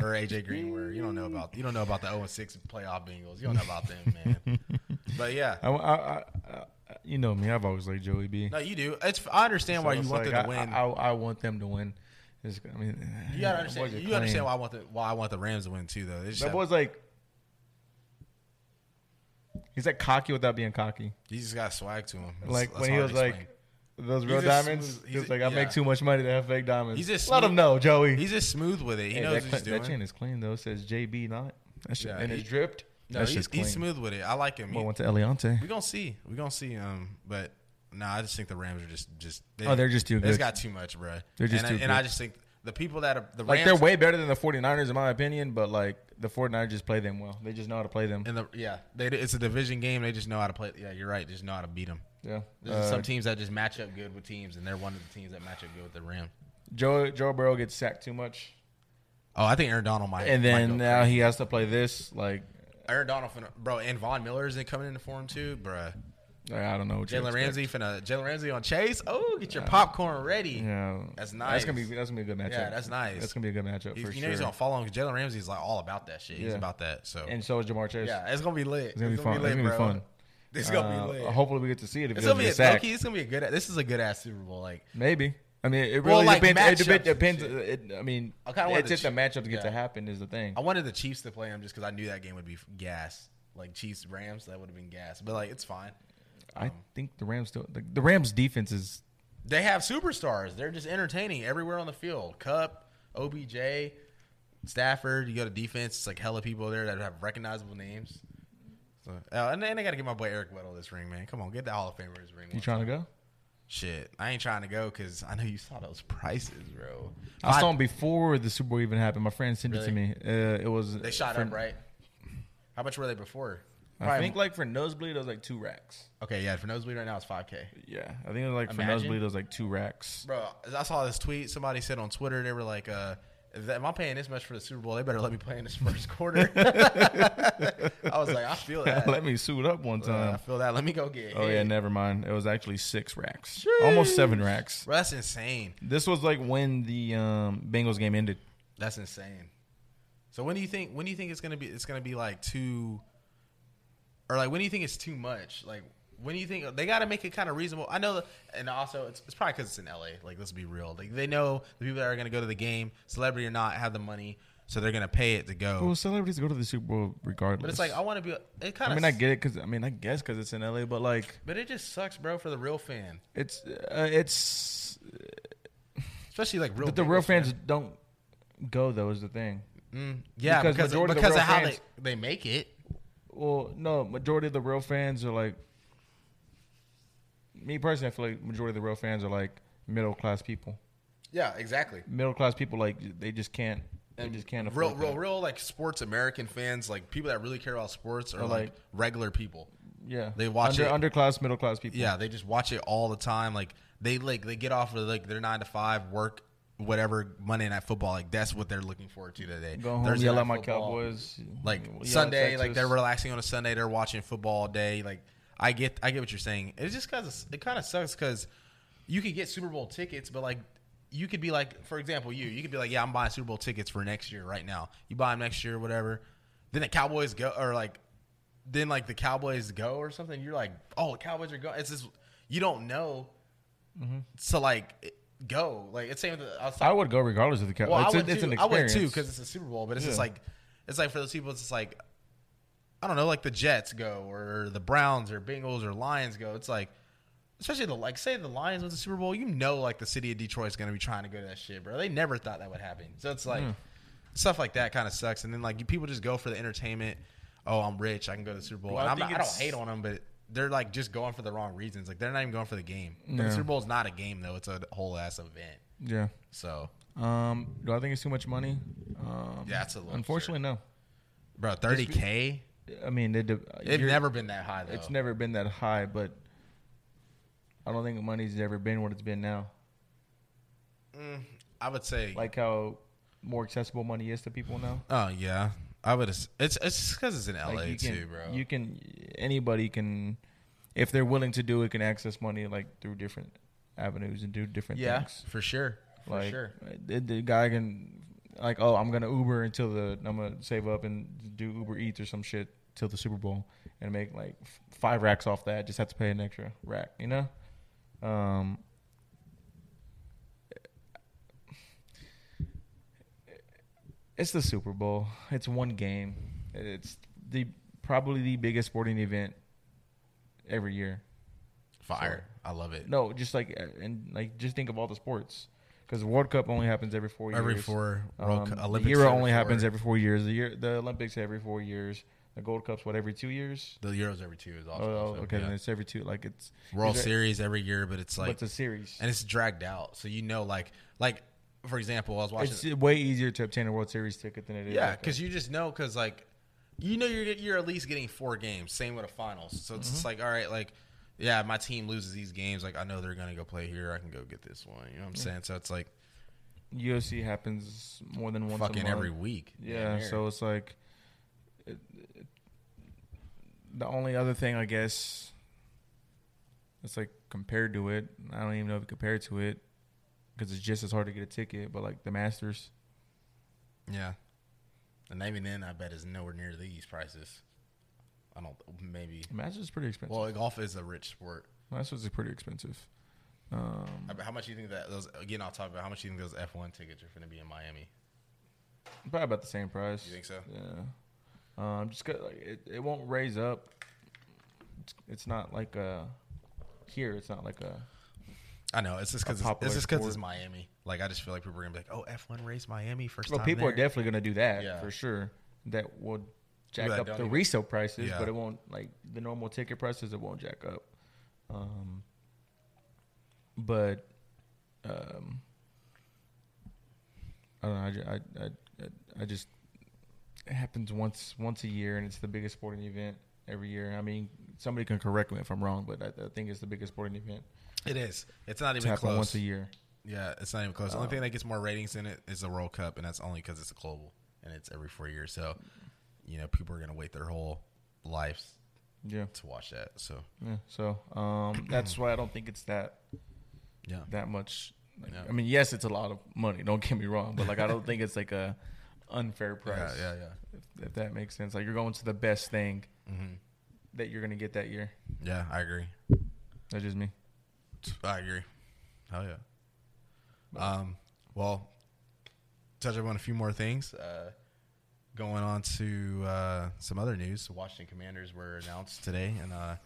B: were or AJ Green were. You don't know about you don't know about the 0 6 playoff Bengals. You don't know about them, man. but yeah,
A: I, I, I, I- you know me. I've always liked Joey B.
B: no, you do. It's I understand
A: So
B: why you
A: it's
B: want
A: like,
B: them to
A: I-
B: win.
A: I, I want them to win. It's- I mean,
B: you gotta
A: what
B: understand.
A: is it
B: You
A: claim?
B: understand why I want the why I want the Rams to win too, though. They just
A: that
B: have-
A: boy's like. He's like cocky without being cocky.
B: you just got swag to him. That's-
A: Like
B: that's
A: when he
B: hard
A: was
B: to
A: like.
B: explain.
A: Those real
B: a
A: diamonds.
B: smooth-
A: he
B: he's
A: was
B: a-
A: like, I
B: yeah.
A: make too much money to have fake diamonds.
B: He's just
A: let
B: smooth-
A: him know, Joey.
B: he's just smooth with it. He
A: Hey, that,
B: knows what he's
A: cl- that
B: doing.
A: chain is clean though. It says JB not. That shit,
B: Yeah,
A: and
B: he-
A: it's dripped.
B: No,
A: that
B: he's,
A: shit's
B: he's smooth with it. I like him.
A: Well,
B: He-
A: went to Eliante.
B: we gonna see. We gonna see. Um, but no, I just think the Rams are just just. They,
A: Oh, they're just too
B: They
A: good.
B: got too much, bro.
A: They're just
B: and,
A: too
B: I, and I
A: good.
B: just think the people that are the
A: Like
B: Rams
A: they're way better than the 49ers in my opinion, but like the 49ers just play them well. They just know how to play them.
B: and the yeah, they it's a division game. They just know how to play. Yeah, you're right. They just know how to beat them.
A: Yeah.
B: There's
A: Uh,
B: some teams that just match up good with teams, and they're one of the teams that match up good with the Rams.
A: Joe Joe Burrow gets sacked too much.
B: Oh, I think Aaron Donald might.
A: And
B: might go
A: then uh, now
B: crazy.
A: he has to play this like
B: Aaron Donald, finna, bro, and Von Miller is coming into form too, bruh.
A: I don't know. what you
B: Jalen
A: expect.
B: Ramsey finna Jalen Ramsey on Chase. Oh, get your popcorn ready.
A: Uh, Yeah.
B: That's
A: That's
B: nice.
A: going to be that's going to be a good matchup.
B: Yeah, that's nice.
A: That's going to be a good matchup
B: He's-
A: for
B: you know
A: sure.
B: he's gonna follow him. Jalen Ramsey's like all about that shit. He's
A: Yeah.
B: about that. So
A: and so is Jamar Chase.
B: yeah, it's gonna be lit. It's
A: gonna be fun. It's gonna be
B: bro.
A: fun.
B: It's gonna
A: Uh,
B: be lit.
A: hopefully we get to see it if
B: it's
A: it doesn't
B: gonna be
A: get
B: a, low
A: sacked.
B: key, It's gonna be a good. This is a good ass Super Bowl. Like
A: Maybe. I mean, it really
B: Well, like,
A: depends. It,
B: matchups and
A: depend- depends.
B: shit.
A: It, I mean,
B: I kinda wanted
A: it's
B: the
A: just the
B: Ch-
A: matchup to get
B: yeah.
A: to happen is the thing.
B: I wanted the Chiefs to play him just because I knew that game would be f- gas. like Chiefs Rams, that would have been gas. But like, it's fine.
A: I think the Rams still the, the Rams defense is
B: They have superstars. They're just entertaining everywhere on the field. Cup, OBJ, Stafford. You go to defense, it's like hella people there that have recognizable names. So, oh, and then I got to get my boy Eric Weddle this ring, man. Come on, get the Hall of Famer his ring.
A: you
B: one
A: trying to go?
B: Shit, I ain't trying to go because I know you saw those prices, bro.
A: I saw him before the Super Bowl even happened. My friend sent it to
B: Really?
A: me. Uh, it was
B: they shot
A: for,
B: up, right? How much were they before?
A: I think like for nosebleed it was like two racks.
B: Okay, yeah, for nosebleed right now it's five k.
A: Yeah, I think it was like for
B: Imagine.
A: nosebleed it was like two racks.
B: Bro, I saw this tweet somebody said on Twitter. They were like, uh, if, that, if I'm paying this much for the Super Bowl, they better let me play in this first quarter. I was like, I feel that.
A: Let me suit up one
B: Uh, I
A: time.
B: feel that. Let me go get.
A: oh yeah,
B: hit.
A: never mind. It was actually six racks, almost seven racks.
B: Bro, that's insane.
A: This was like when the um, Bengals game ended.
B: That's insane. So when do you think when do you think it's gonna be it's gonna be like too or like when do you think it's too much? Like when do you think they got to make it kind of reasonable? I know, and also it's, it's probably because it's in LA. Like let's be real. Like they know the people that are gonna go to the game, celebrity or not, have the money, so they're gonna pay it to go.
A: Well, celebrities go to the Super Bowl regardless.
B: but it's like I want to be. It kind
A: I
B: of.
A: mean, I get it because I mean, I guess because it's in LA, but like
B: But it just sucks, bro, for the real fan,
A: it's uh, it's
B: especially like real.
A: but the
B: Bengals
A: real
B: fan.
A: fans don't go though is the thing.
B: Mm, yeah,
A: because
B: because because,
A: majority of the
B: of
A: real
B: how
A: fans-
B: they they make it.
A: Well, no, majority of the real fans are like me personally. I feel like majority of the real fans are like middle class people.
B: Yeah, exactly.
A: Middle class people like they just can't. They
B: and
A: just can't afford.
B: real, real,
A: that.
B: real like sports American fans, like people that really care about sports, are
A: Or,
B: like,
A: like-
B: regular people.
A: Yeah,
B: They watch
A: Under,
B: it.
A: underclass, middle class people.
B: Yeah, they just watch it all the time. Like they like they get off of like their nine to five work, whatever Monday night football. Like that's what they're looking forward to today.
A: go home,
B: Thursday
A: yell
B: night
A: at my
B: football.
A: Cowboys.
B: Like
A: yell at
B: Sunday, like
A: Texas.
B: they're relaxing on a Sunday. They're watching football all day. Like I get, I get what you're saying. It's just because it kind of sucks because you could get Super Bowl tickets, but like you could be like, for example, you you could be like, yeah, I'm buying Super Bowl tickets for next year right now. You buy them next year, whatever. Then the Cowboys go, or like, then like the Cowboys go or something. You're like, oh, the Cowboys are going. It's just you don't know to like it- go. Like it's same. With the, I was
A: I would go regardless of the Cowboys.
B: well,
A: it's,
B: I
A: a-
B: would
A: it's
B: too.
A: an
B: I would
A: experience.
B: too because it's a Super Bowl, but it's just
A: Yeah.
B: like it's like for those people, it's just like I don't know, like the Jets go or the Browns or Bengals or Lions go. It's like especially the like say the Lions win the Super Bowl, you know, like the city of Detroit's going to be trying to go to that shit, bro. They never thought that would happen, so it's
A: Hmm.
B: like stuff like that kind of sucks. And then like you, people just go for the entertainment. Oh, I'm rich, I can go to the Super Bowl.
A: Well, I
B: and I'm
A: think
B: not, I don't
A: it's-
B: hate on them, but. They're like just going for the wrong reasons. Like they're not even going for the game.
A: No.
B: The Super Bowl is not a game though; it's a whole ass event.
A: yeah.
B: So,
A: Um, do I think it's too much money? Um,
B: Yeah, it's a little
A: Unfortunately,
B: bro, thirty k.
A: no. I mean, it,
B: It's
A: you're-
B: never been that high though.
A: it's never been that high, but I don't think money's ever been what it's been now.
B: I would say. Like,
A: Like how more accessible money is to people now.
B: oh yeah, I would. as- It's it's because it's in LA
A: Like you can,
B: too, bro.
A: You can anybody can, if they're willing to do it, can access money like through different avenues and do different
B: yeah,
A: things.
B: for sure, for
A: like
B: sure.
A: the, the guy can like oh i'm gonna uber until the i'm gonna save up and do uber eats or some shit till the super bowl and make like f- five racks off that just have to pay an extra rack you know um it's the super bowl it's one game it's the probably the biggest sporting event every year
B: Fire. I love it.
A: no, just like uh, and like just think of all the sports because World Cup only happens every four years.
B: Every four World
A: Um,
B: Cup-
A: the
B: Olympics.
A: Euro
B: every
A: only
B: four.
A: happens every four years. The year, the Olympics every four years. The Gold Cups what every two years.
B: The Euros every two is
A: Oh,
B: also.
A: oh,
B: also,
A: okay,
B: yeah.
A: then it's every two. Like it's
B: World
A: these are-
B: Series every year, but it's
A: but
B: like
A: it's a series.
B: and it's dragged out. So you know, like like for example, I was watching.
A: It's way easier to obtain a World Series ticket than it is.
B: Yeah,
A: like a-
B: because you just know, because like, you know, you're you're at least getting four games. Same with the finals. So it's just
A: Mm-hmm.
B: like, all right, like, yeah, my team loses these games. Like, I know they're gonna go play here. I can go get this one. You know what I'm saying? So it's like
A: UFC happens more than once. a
B: fucking
A: month.
B: every week.
A: Yeah,
B: Damn
A: so it's like it- it- the only other thing I guess it's like compared to it. I don't even know if it compared to it because it's just as hard to get a ticket. But like the Masters,
B: near. yeah. And even then, I bet is nowhere near these prices. I don't. Maybe.
A: the Masters is pretty expensive.
B: Well, golf is a rich sport.
A: Masters is pretty expensive. Um,
B: I bet- How much do you think that those again? I'll talk about how much do you think those F1 tickets are going to be in Miami?
A: Probably about the same price.
B: You think so?
A: Yeah. Um, just 'cause, like, it, it won't raise up. It's, it's not like a here. It's not like a
B: I know it's just because
A: popular
B: it's just because it's
A: sport.
B: Miami. Like I just feel like people are gonna be like, "Oh, F one race Miami first
A: Well,
B: time."
A: people are
B: there."
A: definitely going to do that
B: Yeah.
A: for sure. That will jack
B: People that
A: up the
B: don't even-
A: resale prices,
B: Yeah.
A: but it won't like the normal ticket prices. It won't jack up. Um, but um, I don't know. I, ju- I, I- I- I just it happens once once a year, and it's the biggest sporting event every year. I mean, somebody can correct me if I'm wrong, but I, I think it's the biggest sporting event.
B: It is. It's not
A: It's
B: even
A: happened
B: close.
A: once a year.
B: Yeah, it's not even close. The only
A: Um,
B: thing that gets more ratings in it is the World Cup, and that's only because it's global and it's every four years. So, you know, people are gonna wait their whole lives
A: Yeah,
B: to watch that. So,
A: yeah. So um, that's why I don't think it's that
B: yeah,
A: that much. Like,
B: Yeah.
A: I mean, yes, it's a lot of money. Don't get me wrong, but like I don't think it's like a unfair price.
B: yeah, yeah,
A: If, if that makes sense, like you're going to the best thing
B: yeah. hmm
A: that you're gonna get that year.
B: Yeah, I agree.
A: That's just me.
B: I agree. Hell yeah. Um, well, touch up on a few more things. Uh, going on to uh, some other news. The Washington Commanders were announced today, and uh,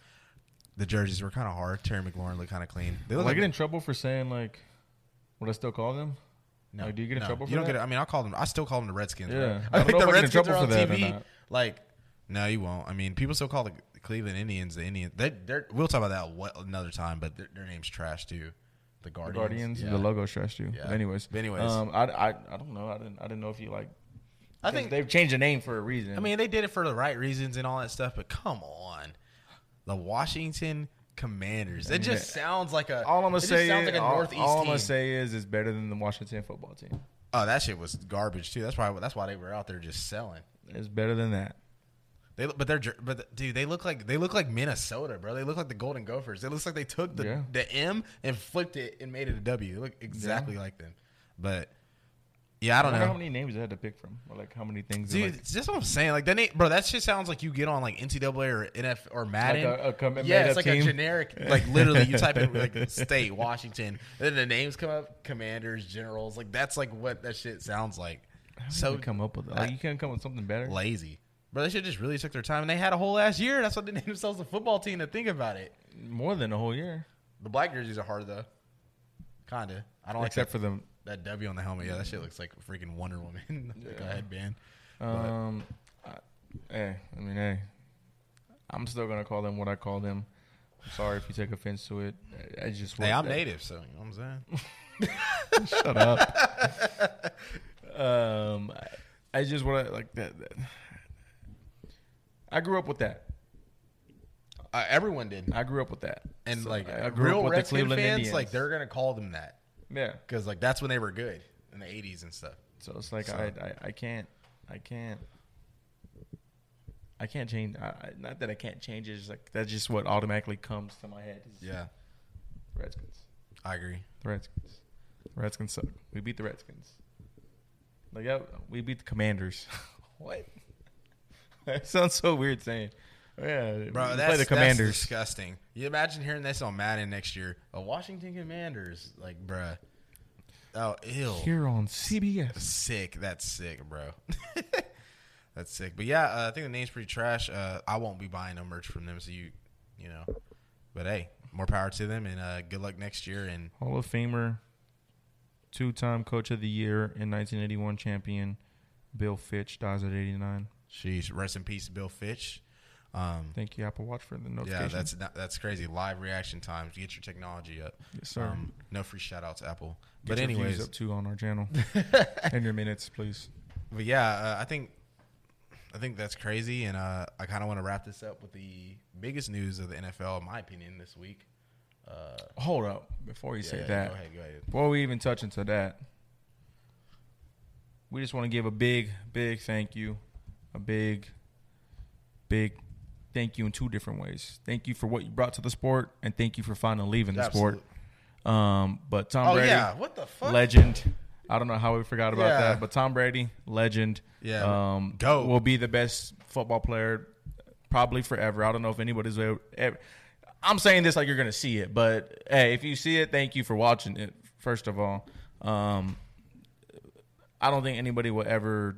B: the jerseys were kind of hard. Terry McLaurin looked kind of clean. They
A: Will
B: look
A: I get in trouble for saying like what I still call them?
B: No,
A: Like, do you get in
B: no,
A: trouble
B: You
A: for
B: don't
A: that?
B: get. I mean, I call them. I still call them the Redskins.
A: Yeah. I
B: right? I,
A: don't
B: think
A: know if
B: the
A: I get in
B: Redskins
A: trouble
B: are on
A: for that or
B: TV.
A: not.
B: Like, no, you won't. I mean, people still call the Cleveland Indians the Indians. They, they're. We'll talk about that what, another time. But their, their name's trash too. The
A: The
B: Guardians.
A: Guardians.
B: yeah.
A: The logo stressed you.
B: Yeah.
A: But anyways,
B: But anyways.
A: um, I, I I don't know. I didn't I didn't know if you like.
B: I think.
A: they've changed the name for a reason.
B: I mean, they did it for the right reasons and all that stuff. But come on, the Washington Commanders. It
A: mean,
B: just
A: it-
B: sounds like a.
A: all I'm gonna
B: it just
A: say
B: sounds
A: is
B: like a
A: all,
B: Northeast
A: all I'm
B: team.
A: gonna say is it's better than the Washington football team.
B: Oh, that shit was garbage too. That's why. That's why they were out there just selling.
A: It's better than that.
B: They look- but they're jer- but the- dude they look like they look like Minnesota bro they look like the Golden Gophers it looks like they took the
A: Yeah.
B: the M and flipped it and made it a W they look exactly like them but yeah I don't
A: wonder how
B: know
A: many names I had to pick from, or like how many things.
B: dude
A: like,
B: that's just what I'm saying like that ain't, bro that shit sounds like you get on like NCAA or NF or Madden
A: a- a com-
B: yeah
A: made-up
B: it's like a
A: team.
B: generic like literally you type in like state Washington and then the names come up commanders generals like that's like what that shit sounds like
A: so
B: so
A: come up with like you can't come up with something better.
B: lazy. Bro, they should just really took their time, and they had a whole ass year. That's what they named themselves the football team. To think about it,
A: More than a whole year,
B: the black jerseys are hard though. Kinda. I don't
A: except
B: except
A: for them.
B: for that W on the helmet. Yeah, that shit looks like freaking Wonder Woman. like a
A: Yeah.
B: headband.
A: Um, I, hey, I mean, hey, I'm still gonna call them what I call them. I'm sorry if you take offense to it. I, I just
B: Hey,
A: what-
B: I'm
A: that-
B: native, so you know what I'm saying.
A: Shut up. um, I, I just want to like that, that. I grew up with that.
B: Uh, everyone did,
A: I grew up with that.
B: and
A: So,
B: like
A: I, I grew
B: real
A: up with
B: Redskin
A: the Cleveland
B: fans,
A: Indians.
B: like they're gonna call them that
A: yeah.
B: because like that's when they were good in the '80s and stuff.
A: So it's like
B: So-
A: I, I I can't I can't I can't change. I, I, not that I can't change. It's just like that's just what automatically comes to my head. Is
B: Yeah,
A: Redskins,
B: I agree.
A: the Redskins, the Redskins suck. We beat the Redskins. Like yeah, we beat the Commanders. what? that sounds so weird saying. Oh, yeah,
B: Bro,
A: we
B: that's,
A: play the
B: that's
A: Commanders.
B: disgusting. You imagine hearing this on Madden next year. The Washington Commanders, like, bruh. Oh, ew.
A: Here on CBS.
B: Sick. That's sick, bro. that's sick. But yeah, uh, I think the name's pretty trash. Uh, I won't be buying no merch from them, so you, you know. But hey, more power to them, and uh, good luck next year. And
A: Hall of Famer, two time Coach of the Year and 1981 champion, Bill Fitch dies at 89.
B: sheesh, rest in peace, Bill Fitch. Um,
A: Thank you, Apple Watch, for the notification.
B: yeah, that's not, that's crazy. Live reaction times. Get your technology up.
A: Yes, sir.
B: Um, no free shout outs, Apple.
A: Get
B: but
A: your views
B: anyways,
A: up too on our channel and your minutes, please.
B: But yeah, uh, I think I think that's crazy, and uh, I kind of want to wrap this up with the biggest news of the NFL, in my opinion, this week. Uh,
A: Hold up, before you
B: yeah,
A: say
B: yeah,
A: that,
B: Go ahead, go ahead.
A: before we even touch into that, we just want to give a big, big thank you, a big, big thank you in two different ways. Thank you for what you brought to the sport, and thank you for finally leaving the
B: Absolute.
A: sport. Um, but Tom
B: Oh
A: Brady,
B: yeah, what the fuck?
A: legend. I don't know how we forgot about
B: Yeah.
A: that, but Tom Brady, legend.
B: Yeah,
A: um,
B: GOAT.
A: will be the best football player probably forever. I don't know if anybody's ever. ever I'm saying this like you're gonna see it, but hey, if you see it, thank you for watching it. First of all, um, I don't think anybody will ever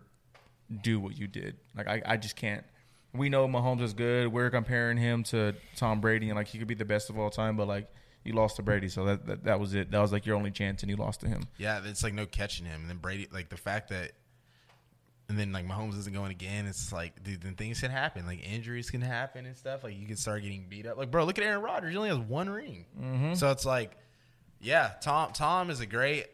A: do what you did. Like I, I just can't. We know Mahomes is good. We're comparing him to Tom Brady, and like he could be the best of all time, but like you lost to Brady, so that that, that was it. That was like your only chance, and you lost to him.
B: Yeah, it's like no catching him. And then Brady, like the fact that, and then like Mahomes isn't going again. It's like, dude, then things can happen. Like injuries can happen and stuff. Like you can start getting beat up. Like, bro, look at Aaron Rodgers. He only has one ring. So it's like, yeah, Tom. Tom is a great.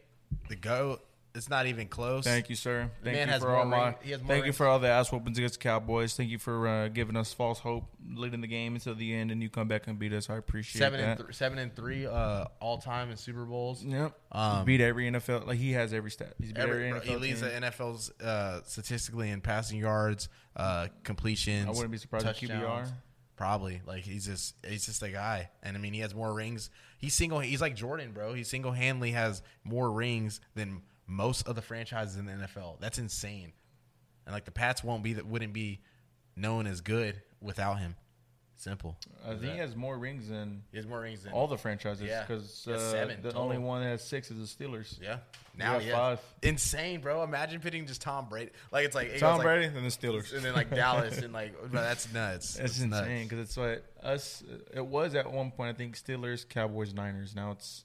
B: The goat. It's not even close.
A: Thank you, sir. Thank
B: man
A: you
B: has
A: for all
B: more
A: my.
B: ring- he has more
A: thank you
B: rings.
A: for all the ass whoopings against the Cowboys. Thank you for uh, giving us false hope, leading the game until the end, and you come back and beat us. I appreciate
B: Seven
A: that.
B: and th- seven and three uh, all time in Super Bowls.
A: Yep.
B: Um,
A: beat every NFL. Like he has every stat. He's beat every,
B: Every, bro,
A: NFL
B: he leads
A: team.
B: the NFL's uh, statistically in passing yards, uh, completions.
A: I wouldn't be surprised if QBR.
B: touchdowns. Probably like he's just he's just a guy, and I mean he has more rings. He's single. He's like Jordan, bro. He single handedly has more rings than most of the franchises in the NFL. That's insane. And like the Pats won't be that wouldn't be known as good without him. Simple.
A: I think Uh, he has more rings than
B: He has more rings than
A: all the franchises
B: Yeah.
A: because
B: He has
A: uh,
B: seven
A: the
B: total.
A: only one that has six is the Steelers.
B: yeah. Now
A: has
B: yeah,
A: five.
B: insane, bro. Imagine pitting just Tom Brady. Like it's like it goes,
A: Tom
B: like-
A: Brady and the Steelers.
B: and then like Dallas and like bro, that's nuts.
A: That's
B: That's nuts.
A: insane because it's what us. It was at one point I think Steelers, Cowboys, Niners. Now it's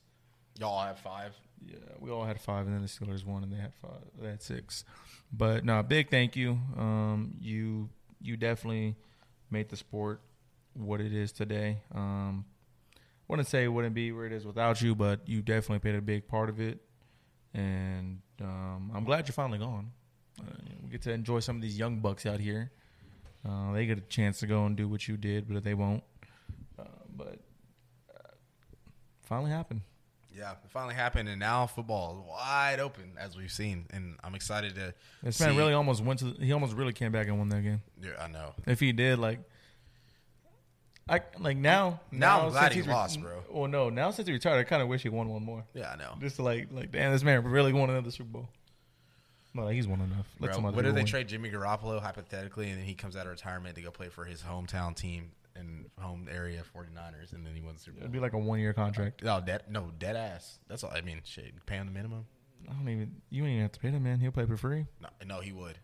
B: Y'all have five.
A: yeah, we all had five, and then the Steelers won, and they had five, they had six. But no, big thank you. Um, you you definitely made the sport what it is today. Um, wouldn't say it wouldn't be where it is without you, but you definitely played a big part of it, and um, I'm glad you're finally gone. Uh, we get to enjoy some of these young bucks out here. Uh, they get a chance to go and do what you did, but they won't. Uh, but uh, finally happened.
B: Yeah, it finally happened, and now football is wide open as we've seen, and I'm excited to.
A: This
B: see-
A: man really almost went to. He almost really came back and won that game.
B: Yeah, I know.
A: If he did, like, I like now.
B: Now I'm glad
A: since
B: he
A: he's re-
B: lost, bro.
A: Well, no, now since he retired, I kind of wish he won one more.
B: Yeah, I know.
A: Just to like, like, damn, this man really won another Super Bowl. No, like, he's won enough. Let
B: Bro,
A: some other
B: what if
A: people
B: they
A: win.
B: trade Jimmy Garoppolo hypothetically, and then he comes out of retirement to go play for his hometown team and home area 49ers, and then he wins Super
A: It'd
B: Bowl?
A: be like a one-year contract.
B: No, dead, no, dead ass. That's all. I mean, shit, pay him the minimum.
A: I don't even. You ain't even have to pay that man. He'll play for free.
B: No, no, he would.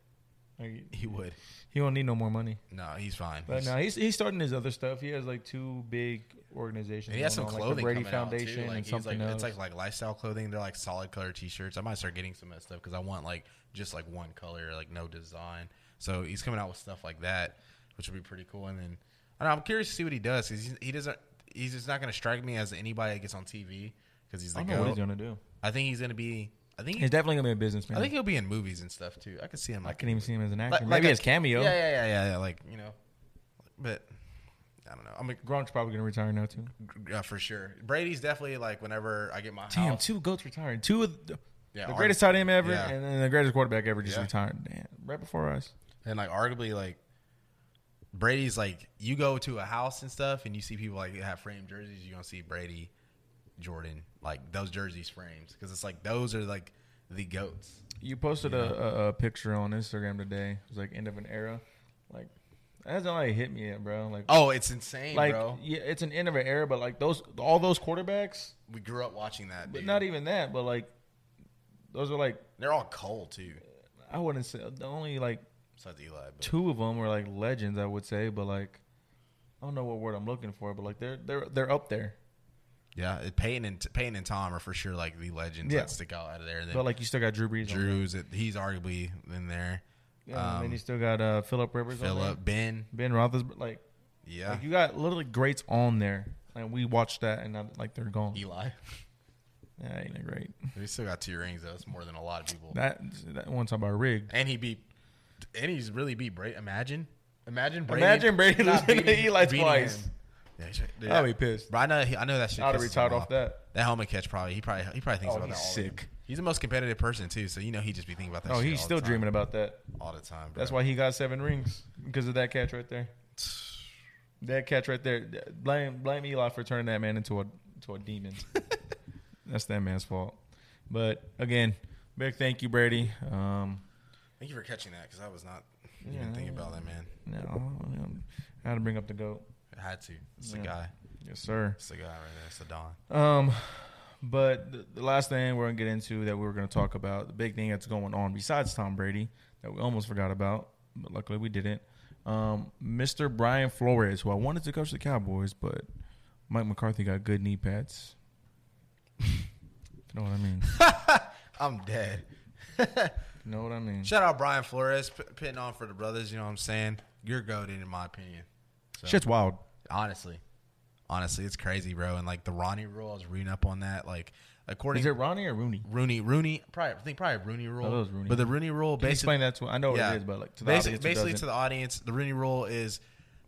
A: Like,
B: He would.
A: he won't need no more money.
B: No, he's fine.
A: But
B: He's-
A: no, he's he's starting his other stuff. He has like two big organizations.
B: And he has some
A: going on, like the
B: clothing
A: Brady
B: coming out too.
A: Foundation
B: Like,
A: and
B: he's
A: something
B: like,
A: else.
B: It's like like lifestyle clothing. They're like solid color T-shirts. I might start getting some of that stuff because I want like just like one color, like no design. So he's coming out with stuff like that, which would be pretty cool. And then I don't know, I'm curious to see what he does because he doesn't. He's just not going to strike me as anybody that gets on TV because he's
A: I
B: the
A: don't know what he's
B: goat.
A: gonna do.
B: I think he's going to be. I think.
A: He's
B: He,
A: definitely gonna be a businessman.
B: I think he'll be in movies and stuff too. I could see him.
A: I
B: Like,
A: can even see him as an actor.
B: like-
A: Maybe
B: like a-
A: as cameo.
B: Yeah, yeah, yeah, yeah, yeah. Like you know, but I don't know. I'm
A: Gronk's probably gonna retire now too.
B: a, uh, for sure. Brady's definitely like whenever I get my
A: Damn,
B: house.
A: two goats retiring. Two of the,
B: Yeah,
A: the
B: Ar-
A: greatest tight end ever,
B: yeah.
A: and then the greatest quarterback ever just
B: Yeah.
A: retired. Damn, right before us.
B: And like arguably like Brady's like you go to a house and stuff and you see people like have framed jerseys, you're gonna see Brady, Jordan, like those jerseys frames. Because it's like those are like the goats.
A: You posted a, a, a picture on Instagram today. It was like end of an era. Like that hasn't like hit me yet, bro. Like,
B: Oh, it's insane,
A: like
B: bro.
A: yeah, it's an end of an era, but like those all those quarterbacks,
B: We grew up watching that.
A: but
B: Dude.
A: not e-, even that, but like those are like
B: They're all cold too.
A: I wouldn't say the only like
B: Besides Eli, but
A: two of them were like legends, I would say, but like I don't know what word I'm looking for, but like they're they're they're up there.
B: yeah, it- Peyton and Peyton and Tom are for sure like the legends
A: Yeah.
B: that stick out out of there. And then
A: But like you still got Drew Brees, on there.
B: Drew's, it, he's arguably in there.
A: Yeah, and then
B: Um,
A: you still got uh, Philip Rivers, on there.
B: Philip, Ben,
A: Ben Roethlisberger. Like,
B: yeah,
A: like you got literally greats on there, and we watched that, and now, like they're gone.
B: Eli.
A: Yeah, ain't it great?
B: we still got two rings though. It's more than a lot of people.
A: That that one time about rigged.
B: And he beat, and he's really beat Brady. Imagine, imagine Brady.
A: Imagine Brady
B: not
A: losing to
B: beating-
A: Eli
B: beating
A: twice.
B: him. Yeah, he should- dude,
A: I'd be pissed.
B: But I know, he, I know that shit.
A: I'd have
B: pisses
A: retired
B: him
A: off that.
B: That helmet catch probably. He probably, he probably thinks
A: Oh,
B: about
A: he's
B: that. All the
A: sick.
B: time. He's the most competitive person too, so you know he just be thinking about that.
A: Oh,
B: shit
A: he's
B: all
A: still
B: the time.
A: dreaming about that.
B: all the time. Bro.
A: That's why he got seven rings because of that catch right there. That catch right there. Blame blame Eli for turning that man into a into a demon. That's that man's fault. But again, big thank you, Brady. Um,
B: Thank you for catching that because I was not
A: Yeah,
B: even thinking
A: I-
B: about that man.
A: no, um, I had to bring up the goat.
B: I had to. It's
A: Yeah.
B: a guy.
A: Yes, sir.
B: It's a guy right there. It's a Don.
A: Um, But the, the last thing we're gonna get into that we were gonna talk about, the big thing that's going on besides Tom Brady that we almost forgot about, but luckily we didn't. Um, Mr. Brian Flores, who I wanted to coach the Cowboys, but Mike McCarthy got good knee pads. you know what I mean?
B: I'm dead.
A: You know what I mean?
B: Shout out Brian Flores p- pitting on for the brothers. You know what I'm saying? You're goaded in my opinion.
A: Shit's wild.
C: Honestly,
B: Honestly, it's crazy, bro. And like the Ronnie rule, I was reading up on that. Like according
A: Is it
B: to
A: Ronnie or Rooney?
B: Rooney, Rooney, probably I think probably Rooney rule.
A: Oh, it was Rooney.
B: But the Rooney rule
A: Can you
B: basically
A: explain that to I know what
B: yeah.
A: it is, but like to the
B: basically,
A: audience who
B: basically to
A: doesn't.
B: the audience, the Rooney Rule is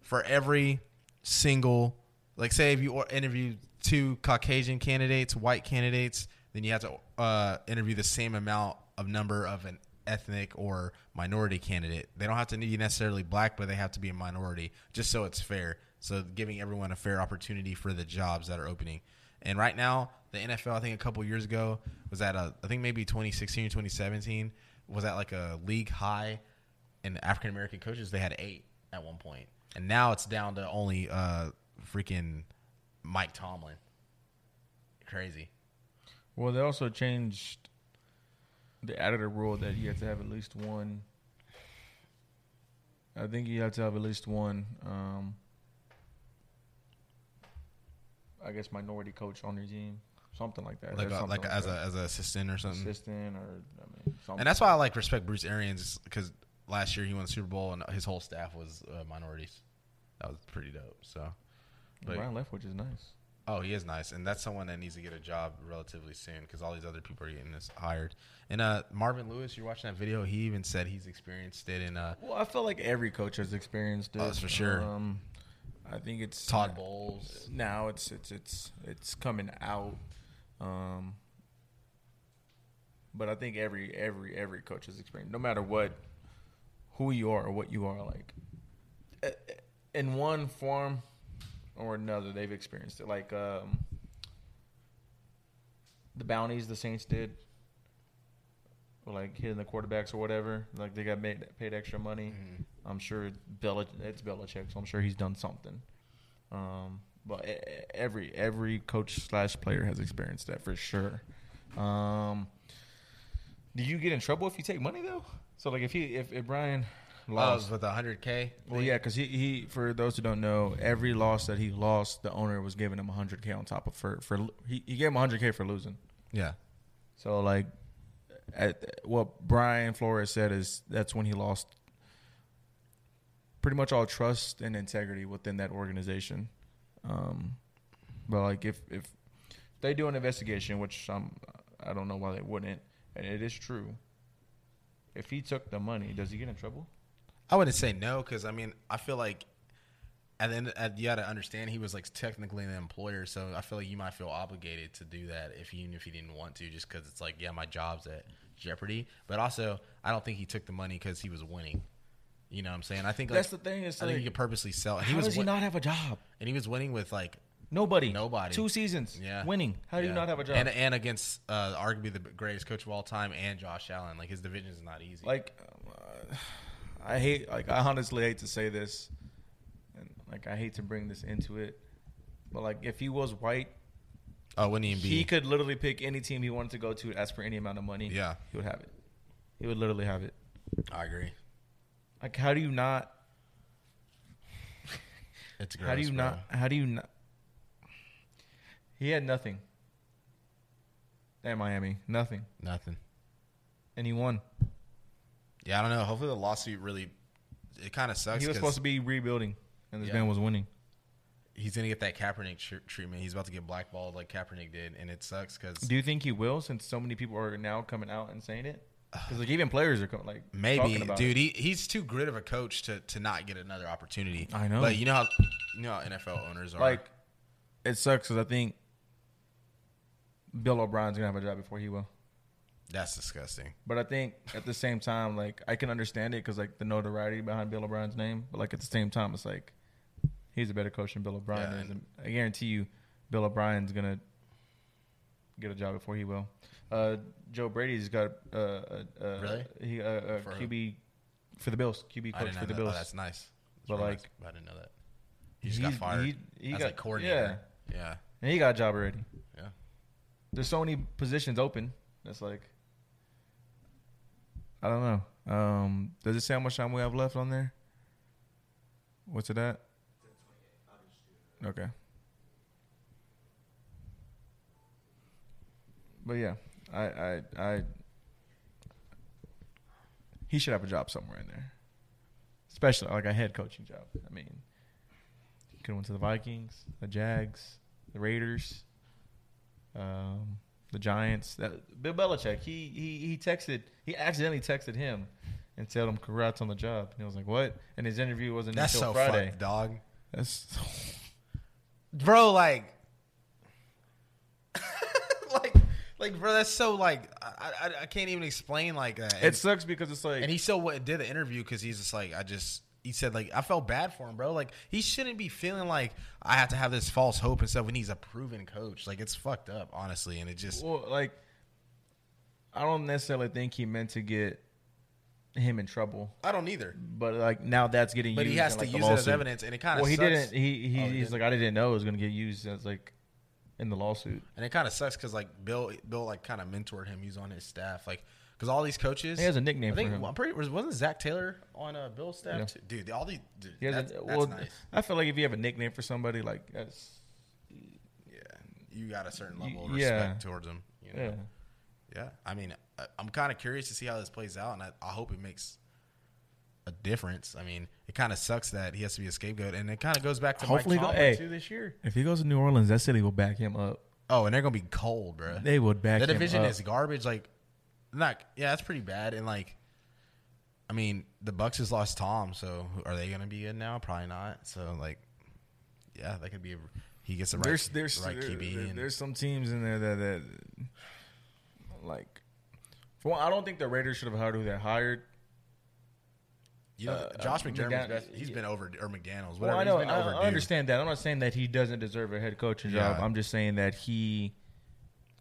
B: for every single, like, say if you or- interview two Caucasian candidates, white candidates, then you have to uh, interview the same amount of number of an ethnic or minority candidate. They don't have to be necessarily black, but they have to be a minority, just so it's fair. So giving everyone a fair opportunity for the jobs that are opening. And right now, the NFL, I think a couple years ago, was at a, I think maybe 2016 or 2017, was at like a league high in African American coaches, they had eight at one point, and now it's down to only uh, freaking Mike Tomlin.
C: crazy.
A: Well, they also changed the added a rule that you have to have at least one. I think you have to have at least one. Um, I guess minority coach on your team, something like that.
B: Like,
A: There's
B: a,
A: something
B: like as
A: that.
B: a as an assistant or something.
A: assistant or I mean, something.
B: And that's why I like respect Bruce Arians because last year he won the Super Bowl and his whole staff was uh, minorities.
C: That was pretty dope. So
A: And Brian Leftwich is nice.
B: Oh, he is nice, and that's someone that needs to get a job relatively soon because all these other people are getting this hired. And uh, Marvin Lewis, you're watching that video. He even said he's experienced it in uh,
A: Well, I feel like every coach has experienced it.
B: Oh, that's for sure.
A: Um, I think it's
B: Todd Bowles.
A: now it's it's it's it's coming out um but i think every every every coach is experienced no matter what who you are or what you are like eh, eh, in one form or another they've experienced it like um the bounties the saints did or like hitting the quarterbacks or whatever like they got made, paid extra money i'm sure Belich- it's Belichick, so i'm sure he's done something um, but e- e- every every coach slash player has experienced that for sure. Um, do you get in trouble if you take money though? So like if he if, if Brian lost,
B: loves with 100k.
A: Uh, well yeah, because he, he for those who don't know, every loss that he lost, the owner was giving him 100k on top of for for he, he gave him 100k for losing.
B: Yeah,
A: So like, at, what Brian Flores said is that's when he lost pretty much all trust and integrity within that organization. Um, but like if if they do an investigation, which I'm I don't know why they wouldn't, and it is true. If he took the money, does he get in trouble?
B: I wouldn't say no because I mean I feel like at the end at, you got to understand he was like technically an employer, so I feel like you might feel obligated to do that if you if you didn't want to, just because it's like yeah my job's at jeopardy. But also I don't think he took the money because he was winning. You know what I'm saying? I think like,
A: That's the thing. It's
B: I think
A: like,
B: he could purposely sell. And
A: how
B: he was
A: does he
B: win-
A: not have a job?
B: and he was winning with like
A: Nobody.
B: Nobody.
A: Two seasons.
B: Yeah.
A: Winning. How do
B: yeah.
A: you not have a job?
B: And and against uh, arguably the greatest coach of all time and Josh Allen, like his division is not easy.
A: like uh, I hate like I honestly hate to say this and like I hate to bring this into it but like if he was white
B: oh, wouldn't even
A: he
B: be?
A: could literally pick any team he wanted to go to ask for any amount of money
B: Yeah.
A: he would have it he would literally have it
B: I agree.
A: like how do you not
B: It's gross,
A: how do you
B: bro.
A: not how do you not he had nothing at Miami nothing
B: nothing?
A: and he won
B: Yeah, I don't know. Hopefully the lawsuit really it kind of sucks.
A: he was
B: 'cause
A: supposed to be rebuilding and this
B: Yeah.
A: man was winning
B: He's gonna get that Kaepernick tr- treatment. He's about to get blackballed like Kaepernick did, and it sucks because
A: Do you think he will? Since so many people are now coming out and saying it, because like even players are coming, like
B: maybe,
A: talking about
B: dude, he, he's too good of a coach to, to not get another opportunity.
A: I know.
B: but you know how you know how NFL owners
A: it.
B: are.
A: like it sucks because I think Bill O'Brien's gonna have a job before he will.
B: that's disgusting.
A: But I think at the same time, like I can understand it because like the notoriety behind Bill O'Brien's name. But like at the same time, it's like he's a better coach than Bill O'Brien
B: Yeah,
A: is. And I guarantee you, Bill O'Brien's gonna get a job before he will. Uh, Joe Brady's got uh, uh, uh,
B: Really?
A: he uh, uh,
B: For who?
A: QB for the Bills, QB
B: I
A: coach
B: didn't
A: for
B: know
A: the
B: that.
A: Bills.
B: Oh, that's nice. That's
A: But,
B: real
A: like-
B: nice. I didn't know that. He just got
A: He's-
B: fired.
A: He, he
B: as
A: got
B: a coordinator. Yeah.
A: And he got a job already.
B: Yeah.
A: there's so many positions open. That's like, I don't know. Um, does it say how much time we have left on there? What's it at? Okay. But yeah, I, I, I. He should have a job somewhere in there, especially like a head coaching job. I mean, he could have went to the Vikings, the Jags, the Raiders, um, the Giants. That, Bill Belichick, he, he he texted, he accidentally texted him and told him congrats on the job, and he was like, "What?" And his interview wasn't
B: That's
A: until
B: so
A: Friday.
B: fucked, dog.
A: That's
B: Bro, like, like, like, bro, that's so like I, I, I can't even explain like that. And-
A: it sucks because it's like
B: And he still went and did the interview because he's just like, I just, he said, like, I felt bad for him, bro. Like, he shouldn't be feeling like I have to have this false hope and stuff when he's a proven coach. Like, it's fucked up, honestly. And it just,
A: Well, like, I don't necessarily think he meant to get him in trouble,
B: I don't either.
A: but like now that's getting.
B: But
A: used
B: he has
A: in,
B: to
A: like, the
B: use it as
A: lawsuit.
B: evidence. And it kind of
A: Well, he
B: sucks.
A: didn't. He, he
B: Oh, he
A: he's
B: didn't?
A: like, I didn't know it was going to get used as like in the lawsuit.
B: And it kind of sucks because, like, Bill, Bill, like, kind of mentored him. He was on his staff. Like, because all these coaches.
A: He has a nickname
B: I think,
A: for him.
B: I'm pretty, wasn't Zach Taylor on uh, Bill's staff?
A: Yeah.
B: Too? Dude, all these, dude,
A: He has
B: that's,
A: a,
B: that's
A: well,
B: nice.
A: I feel like if you have a nickname for somebody, like that's
B: Yeah. You got a certain
A: Y-
B: level of
A: yeah.
B: respect towards him. You know?
A: yeah.
B: Yeah, I mean, I, I'm kind of curious to see how this plays out, and I, I hope it makes a difference. I mean, it kind of sucks that he has to be a scapegoat, and it kind of goes back to
A: Hopefully
B: Mike
A: go-
B: Tomlin
A: hey.
B: too this year.
A: If he goes to New Orleans, that city will back him up.
B: Oh, and they're gonna be cold, bro.
A: They would back
B: The
A: him
B: division
A: up.
B: is garbage. Like, not yeah, that's pretty bad. And like, I mean, the Bucks has lost Tom, so who- are they gonna be good now? Probably not. So like, yeah, that could be. A, he gets a right,
A: there's there's
B: right
A: there-
B: QB.
A: there-
B: and-
A: there's some teams in there that that like. For one, I don't think the Raiders should have hired who they hired.
B: you know,
A: uh,
B: Josh McDermott's
A: McDan-
B: best. He's
A: yeah.
B: been over or McDaniel's.
A: Well,
B: Whatever.
A: I know.
B: He's been
A: I, I
B: overdue.
A: understand that. I'm not saying that he doesn't deserve a head coaching job.
B: Yeah.
A: I'm just saying that he.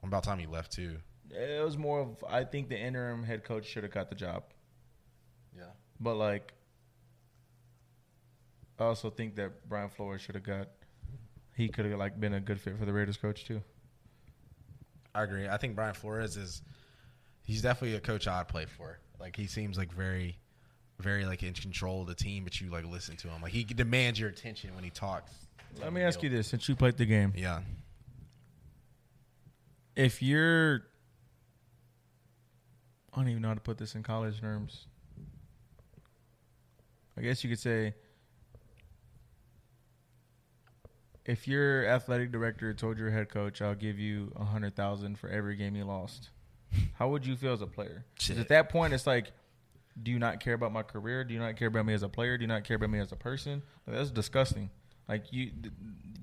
B: About time he left too.
A: It was more of I think the interim head coach should have got the job,
B: Yeah.
A: but like. I also think that Brian Flores should have got. He could have like been a good fit for the Raiders coach too.
B: I agree. I think Brian Flores is he's definitely a coach I'd play for. Like he seems like very very like in control of the team, but you like listen to him. Like he demands your attention when he talks.
A: Let me ask you this: since you played the game,
B: Yeah.
A: if you're I don't even know how to put this in college terms. I guess you could say if your athletic director told your head coach, I'll give you a hundred thousand for every game you lost, how would you feel as a player? 'Cause
B: Shit.
A: At that point it's like do you not care about my career? Do you not care about me as a player? Do you not care about me as a person? Like, that's disgusting. Like you, th-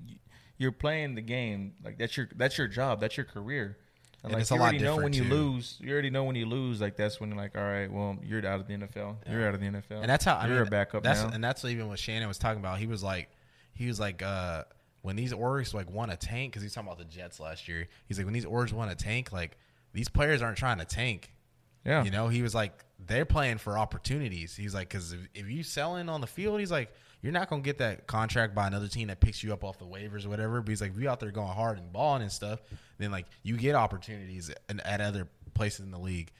A: you- you're playing the game. Like that's your that's your job. That's your career. And,
B: And
A: like
B: it's a
A: you
B: lot
A: already know
B: different,
A: when you
B: too.
A: lose. You already know when you lose. Like that's when you're like, all right, well, you're out of the NFL. You're out of the NFL.
B: And that's how I
A: you're
B: mean,
A: a backup
B: that's,
A: now.
B: And that's even what Shannon was talking about. He was like, he was like, uh, when these orgs like won a tank, because he's talking about the Jets last year. He's like, when these orgs won a tank, like these players aren't trying to tank.
A: yeah,
B: You know, he was like, they're playing for opportunities. He's like, because if, if you selling on the field, he's like, you're not gonna get that contract by another team that picks you up off the waivers or whatever. But he's like, if you out there going hard and balling and stuff, then like you get opportunities and at other places in the league.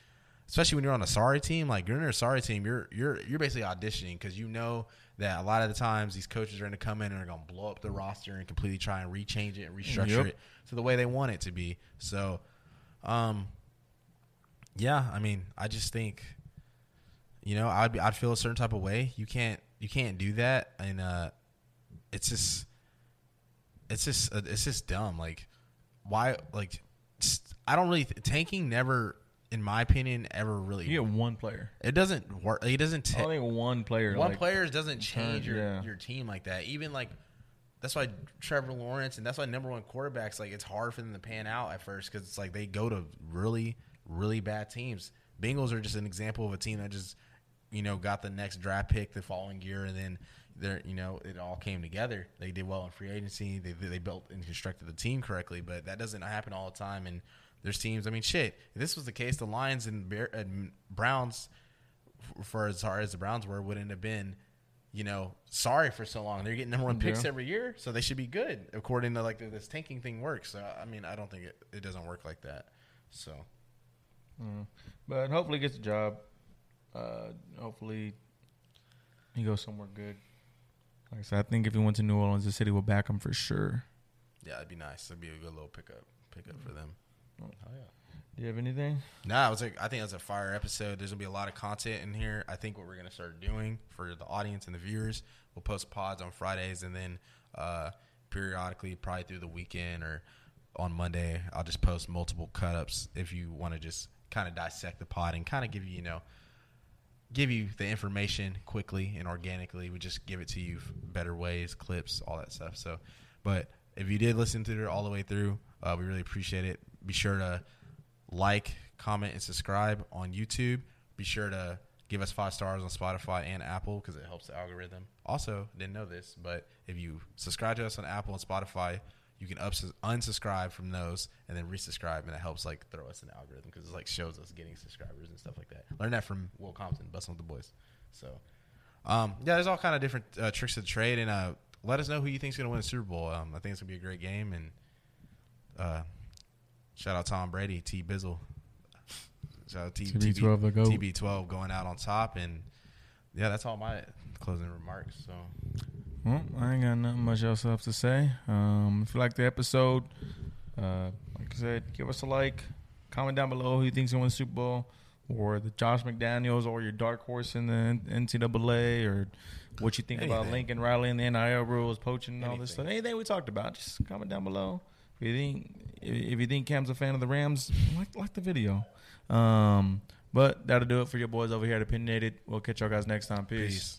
B: Especially when you're on a sorry team, like you're in a sorry team, you're you're you're basically auditioning because you know that a lot of the times these coaches are going to come in and are going to blow up the roster and completely try and rechange it and restructure
A: Yep.
B: it to the way they want it to be. So, um, yeah, I mean, I just think, you know, I'd be, I'd feel a certain type of way. You can't you can't do that, and uh, it's just it's just uh, it's just dumb. Like, why? Like, just- I don't really tanking never, in my opinion, ever really.
A: you get one player.
B: It doesn't work. It doesn't.
A: I
B: ta-
A: only one player.
B: one
A: like,
B: player doesn't change your,
A: yeah.
B: your team like that. Even like that's why Trevor Lawrence and that's why number one quarterbacks like it's hard for them to pan out at first because it's like they go to really really bad teams. Bengals are just an example of a team that just you know got the next draft pick the following year and then they're you know it all came together. They did well in free agency. They they built and constructed the team correctly, but that doesn't happen all the time and. There's teams. I mean, shit. If this was the case, the Lions and, Bear, and Browns for as hard as the Browns were, wouldn't have been
D: you know, sorry for so long. They're getting number one picks
A: Yeah.
D: every year, so they should be good according to like the, this tanking thing works. So, I mean, I don't think it, it doesn't work like that. So
A: But hopefully he gets a job. Uh, hopefully he goes somewhere good. Like I said, I think if he went to New Orleans, the city will back him for sure.
D: yeah, it'd be nice. It'd be a good little pickup pickup for them. Oh yeah.
A: Do you have anything?
B: Nah, it was like I think that's a fire episode. There's gonna be a lot of content in here. I think what we're gonna start doing for the audience and the viewers, we'll post pods on Fridays and then uh, periodically, probably through the weekend or on Monday, I'll just post multiple cut ups if you want to just kind of dissect the pod and kind of give you, you know, give you the information quickly and organically. We just give it to you f- better ways, clips, all that stuff. So, but if you did listen to it all the way through, uh, we really appreciate it. Be sure to like, comment, and subscribe on YouTube. Be sure to give us five stars on Spotify and Apple because it helps the algorithm. Also, didn't know this, but if you subscribe to us on Apple and Spotify, you can ups- unsubscribe from those and then resubscribe, and it helps like throw us an algorithm because it like shows us getting subscribers and stuff like that. Learn that from Will Compton, busting with the boys. So, um, yeah, there's all kind of different uh, tricks of the trade, and uh, let us know who you think's gonna win the Super Bowl. Um, I think it's gonna be a great game, and uh, shout out Tom Brady, T Bizzle, shout out T-
A: TB12 the GOAT.
B: TB12 going out on top, and yeah, that's all my closing remarks. So,
A: Well, I ain't got nothing much else left to say. Um, if you like the episode, uh, like I said, give us a like. Comment down below who you think's gonna win the Super Bowl, or the Josh McDaniels, or your dark horse in the NCAA, or what you think about
B: Anything.
A: Lincoln Riley and the NIL rules, poaching, and all this
D: Anything.
A: stuff. Anything we talked about, just comment down below. If you think if you think Cam's a fan of the Rams, like like the video. Um, but that'll do it for your boys over here at Opinionated. We'll catch y'all guys next time. Peace.
B: peace.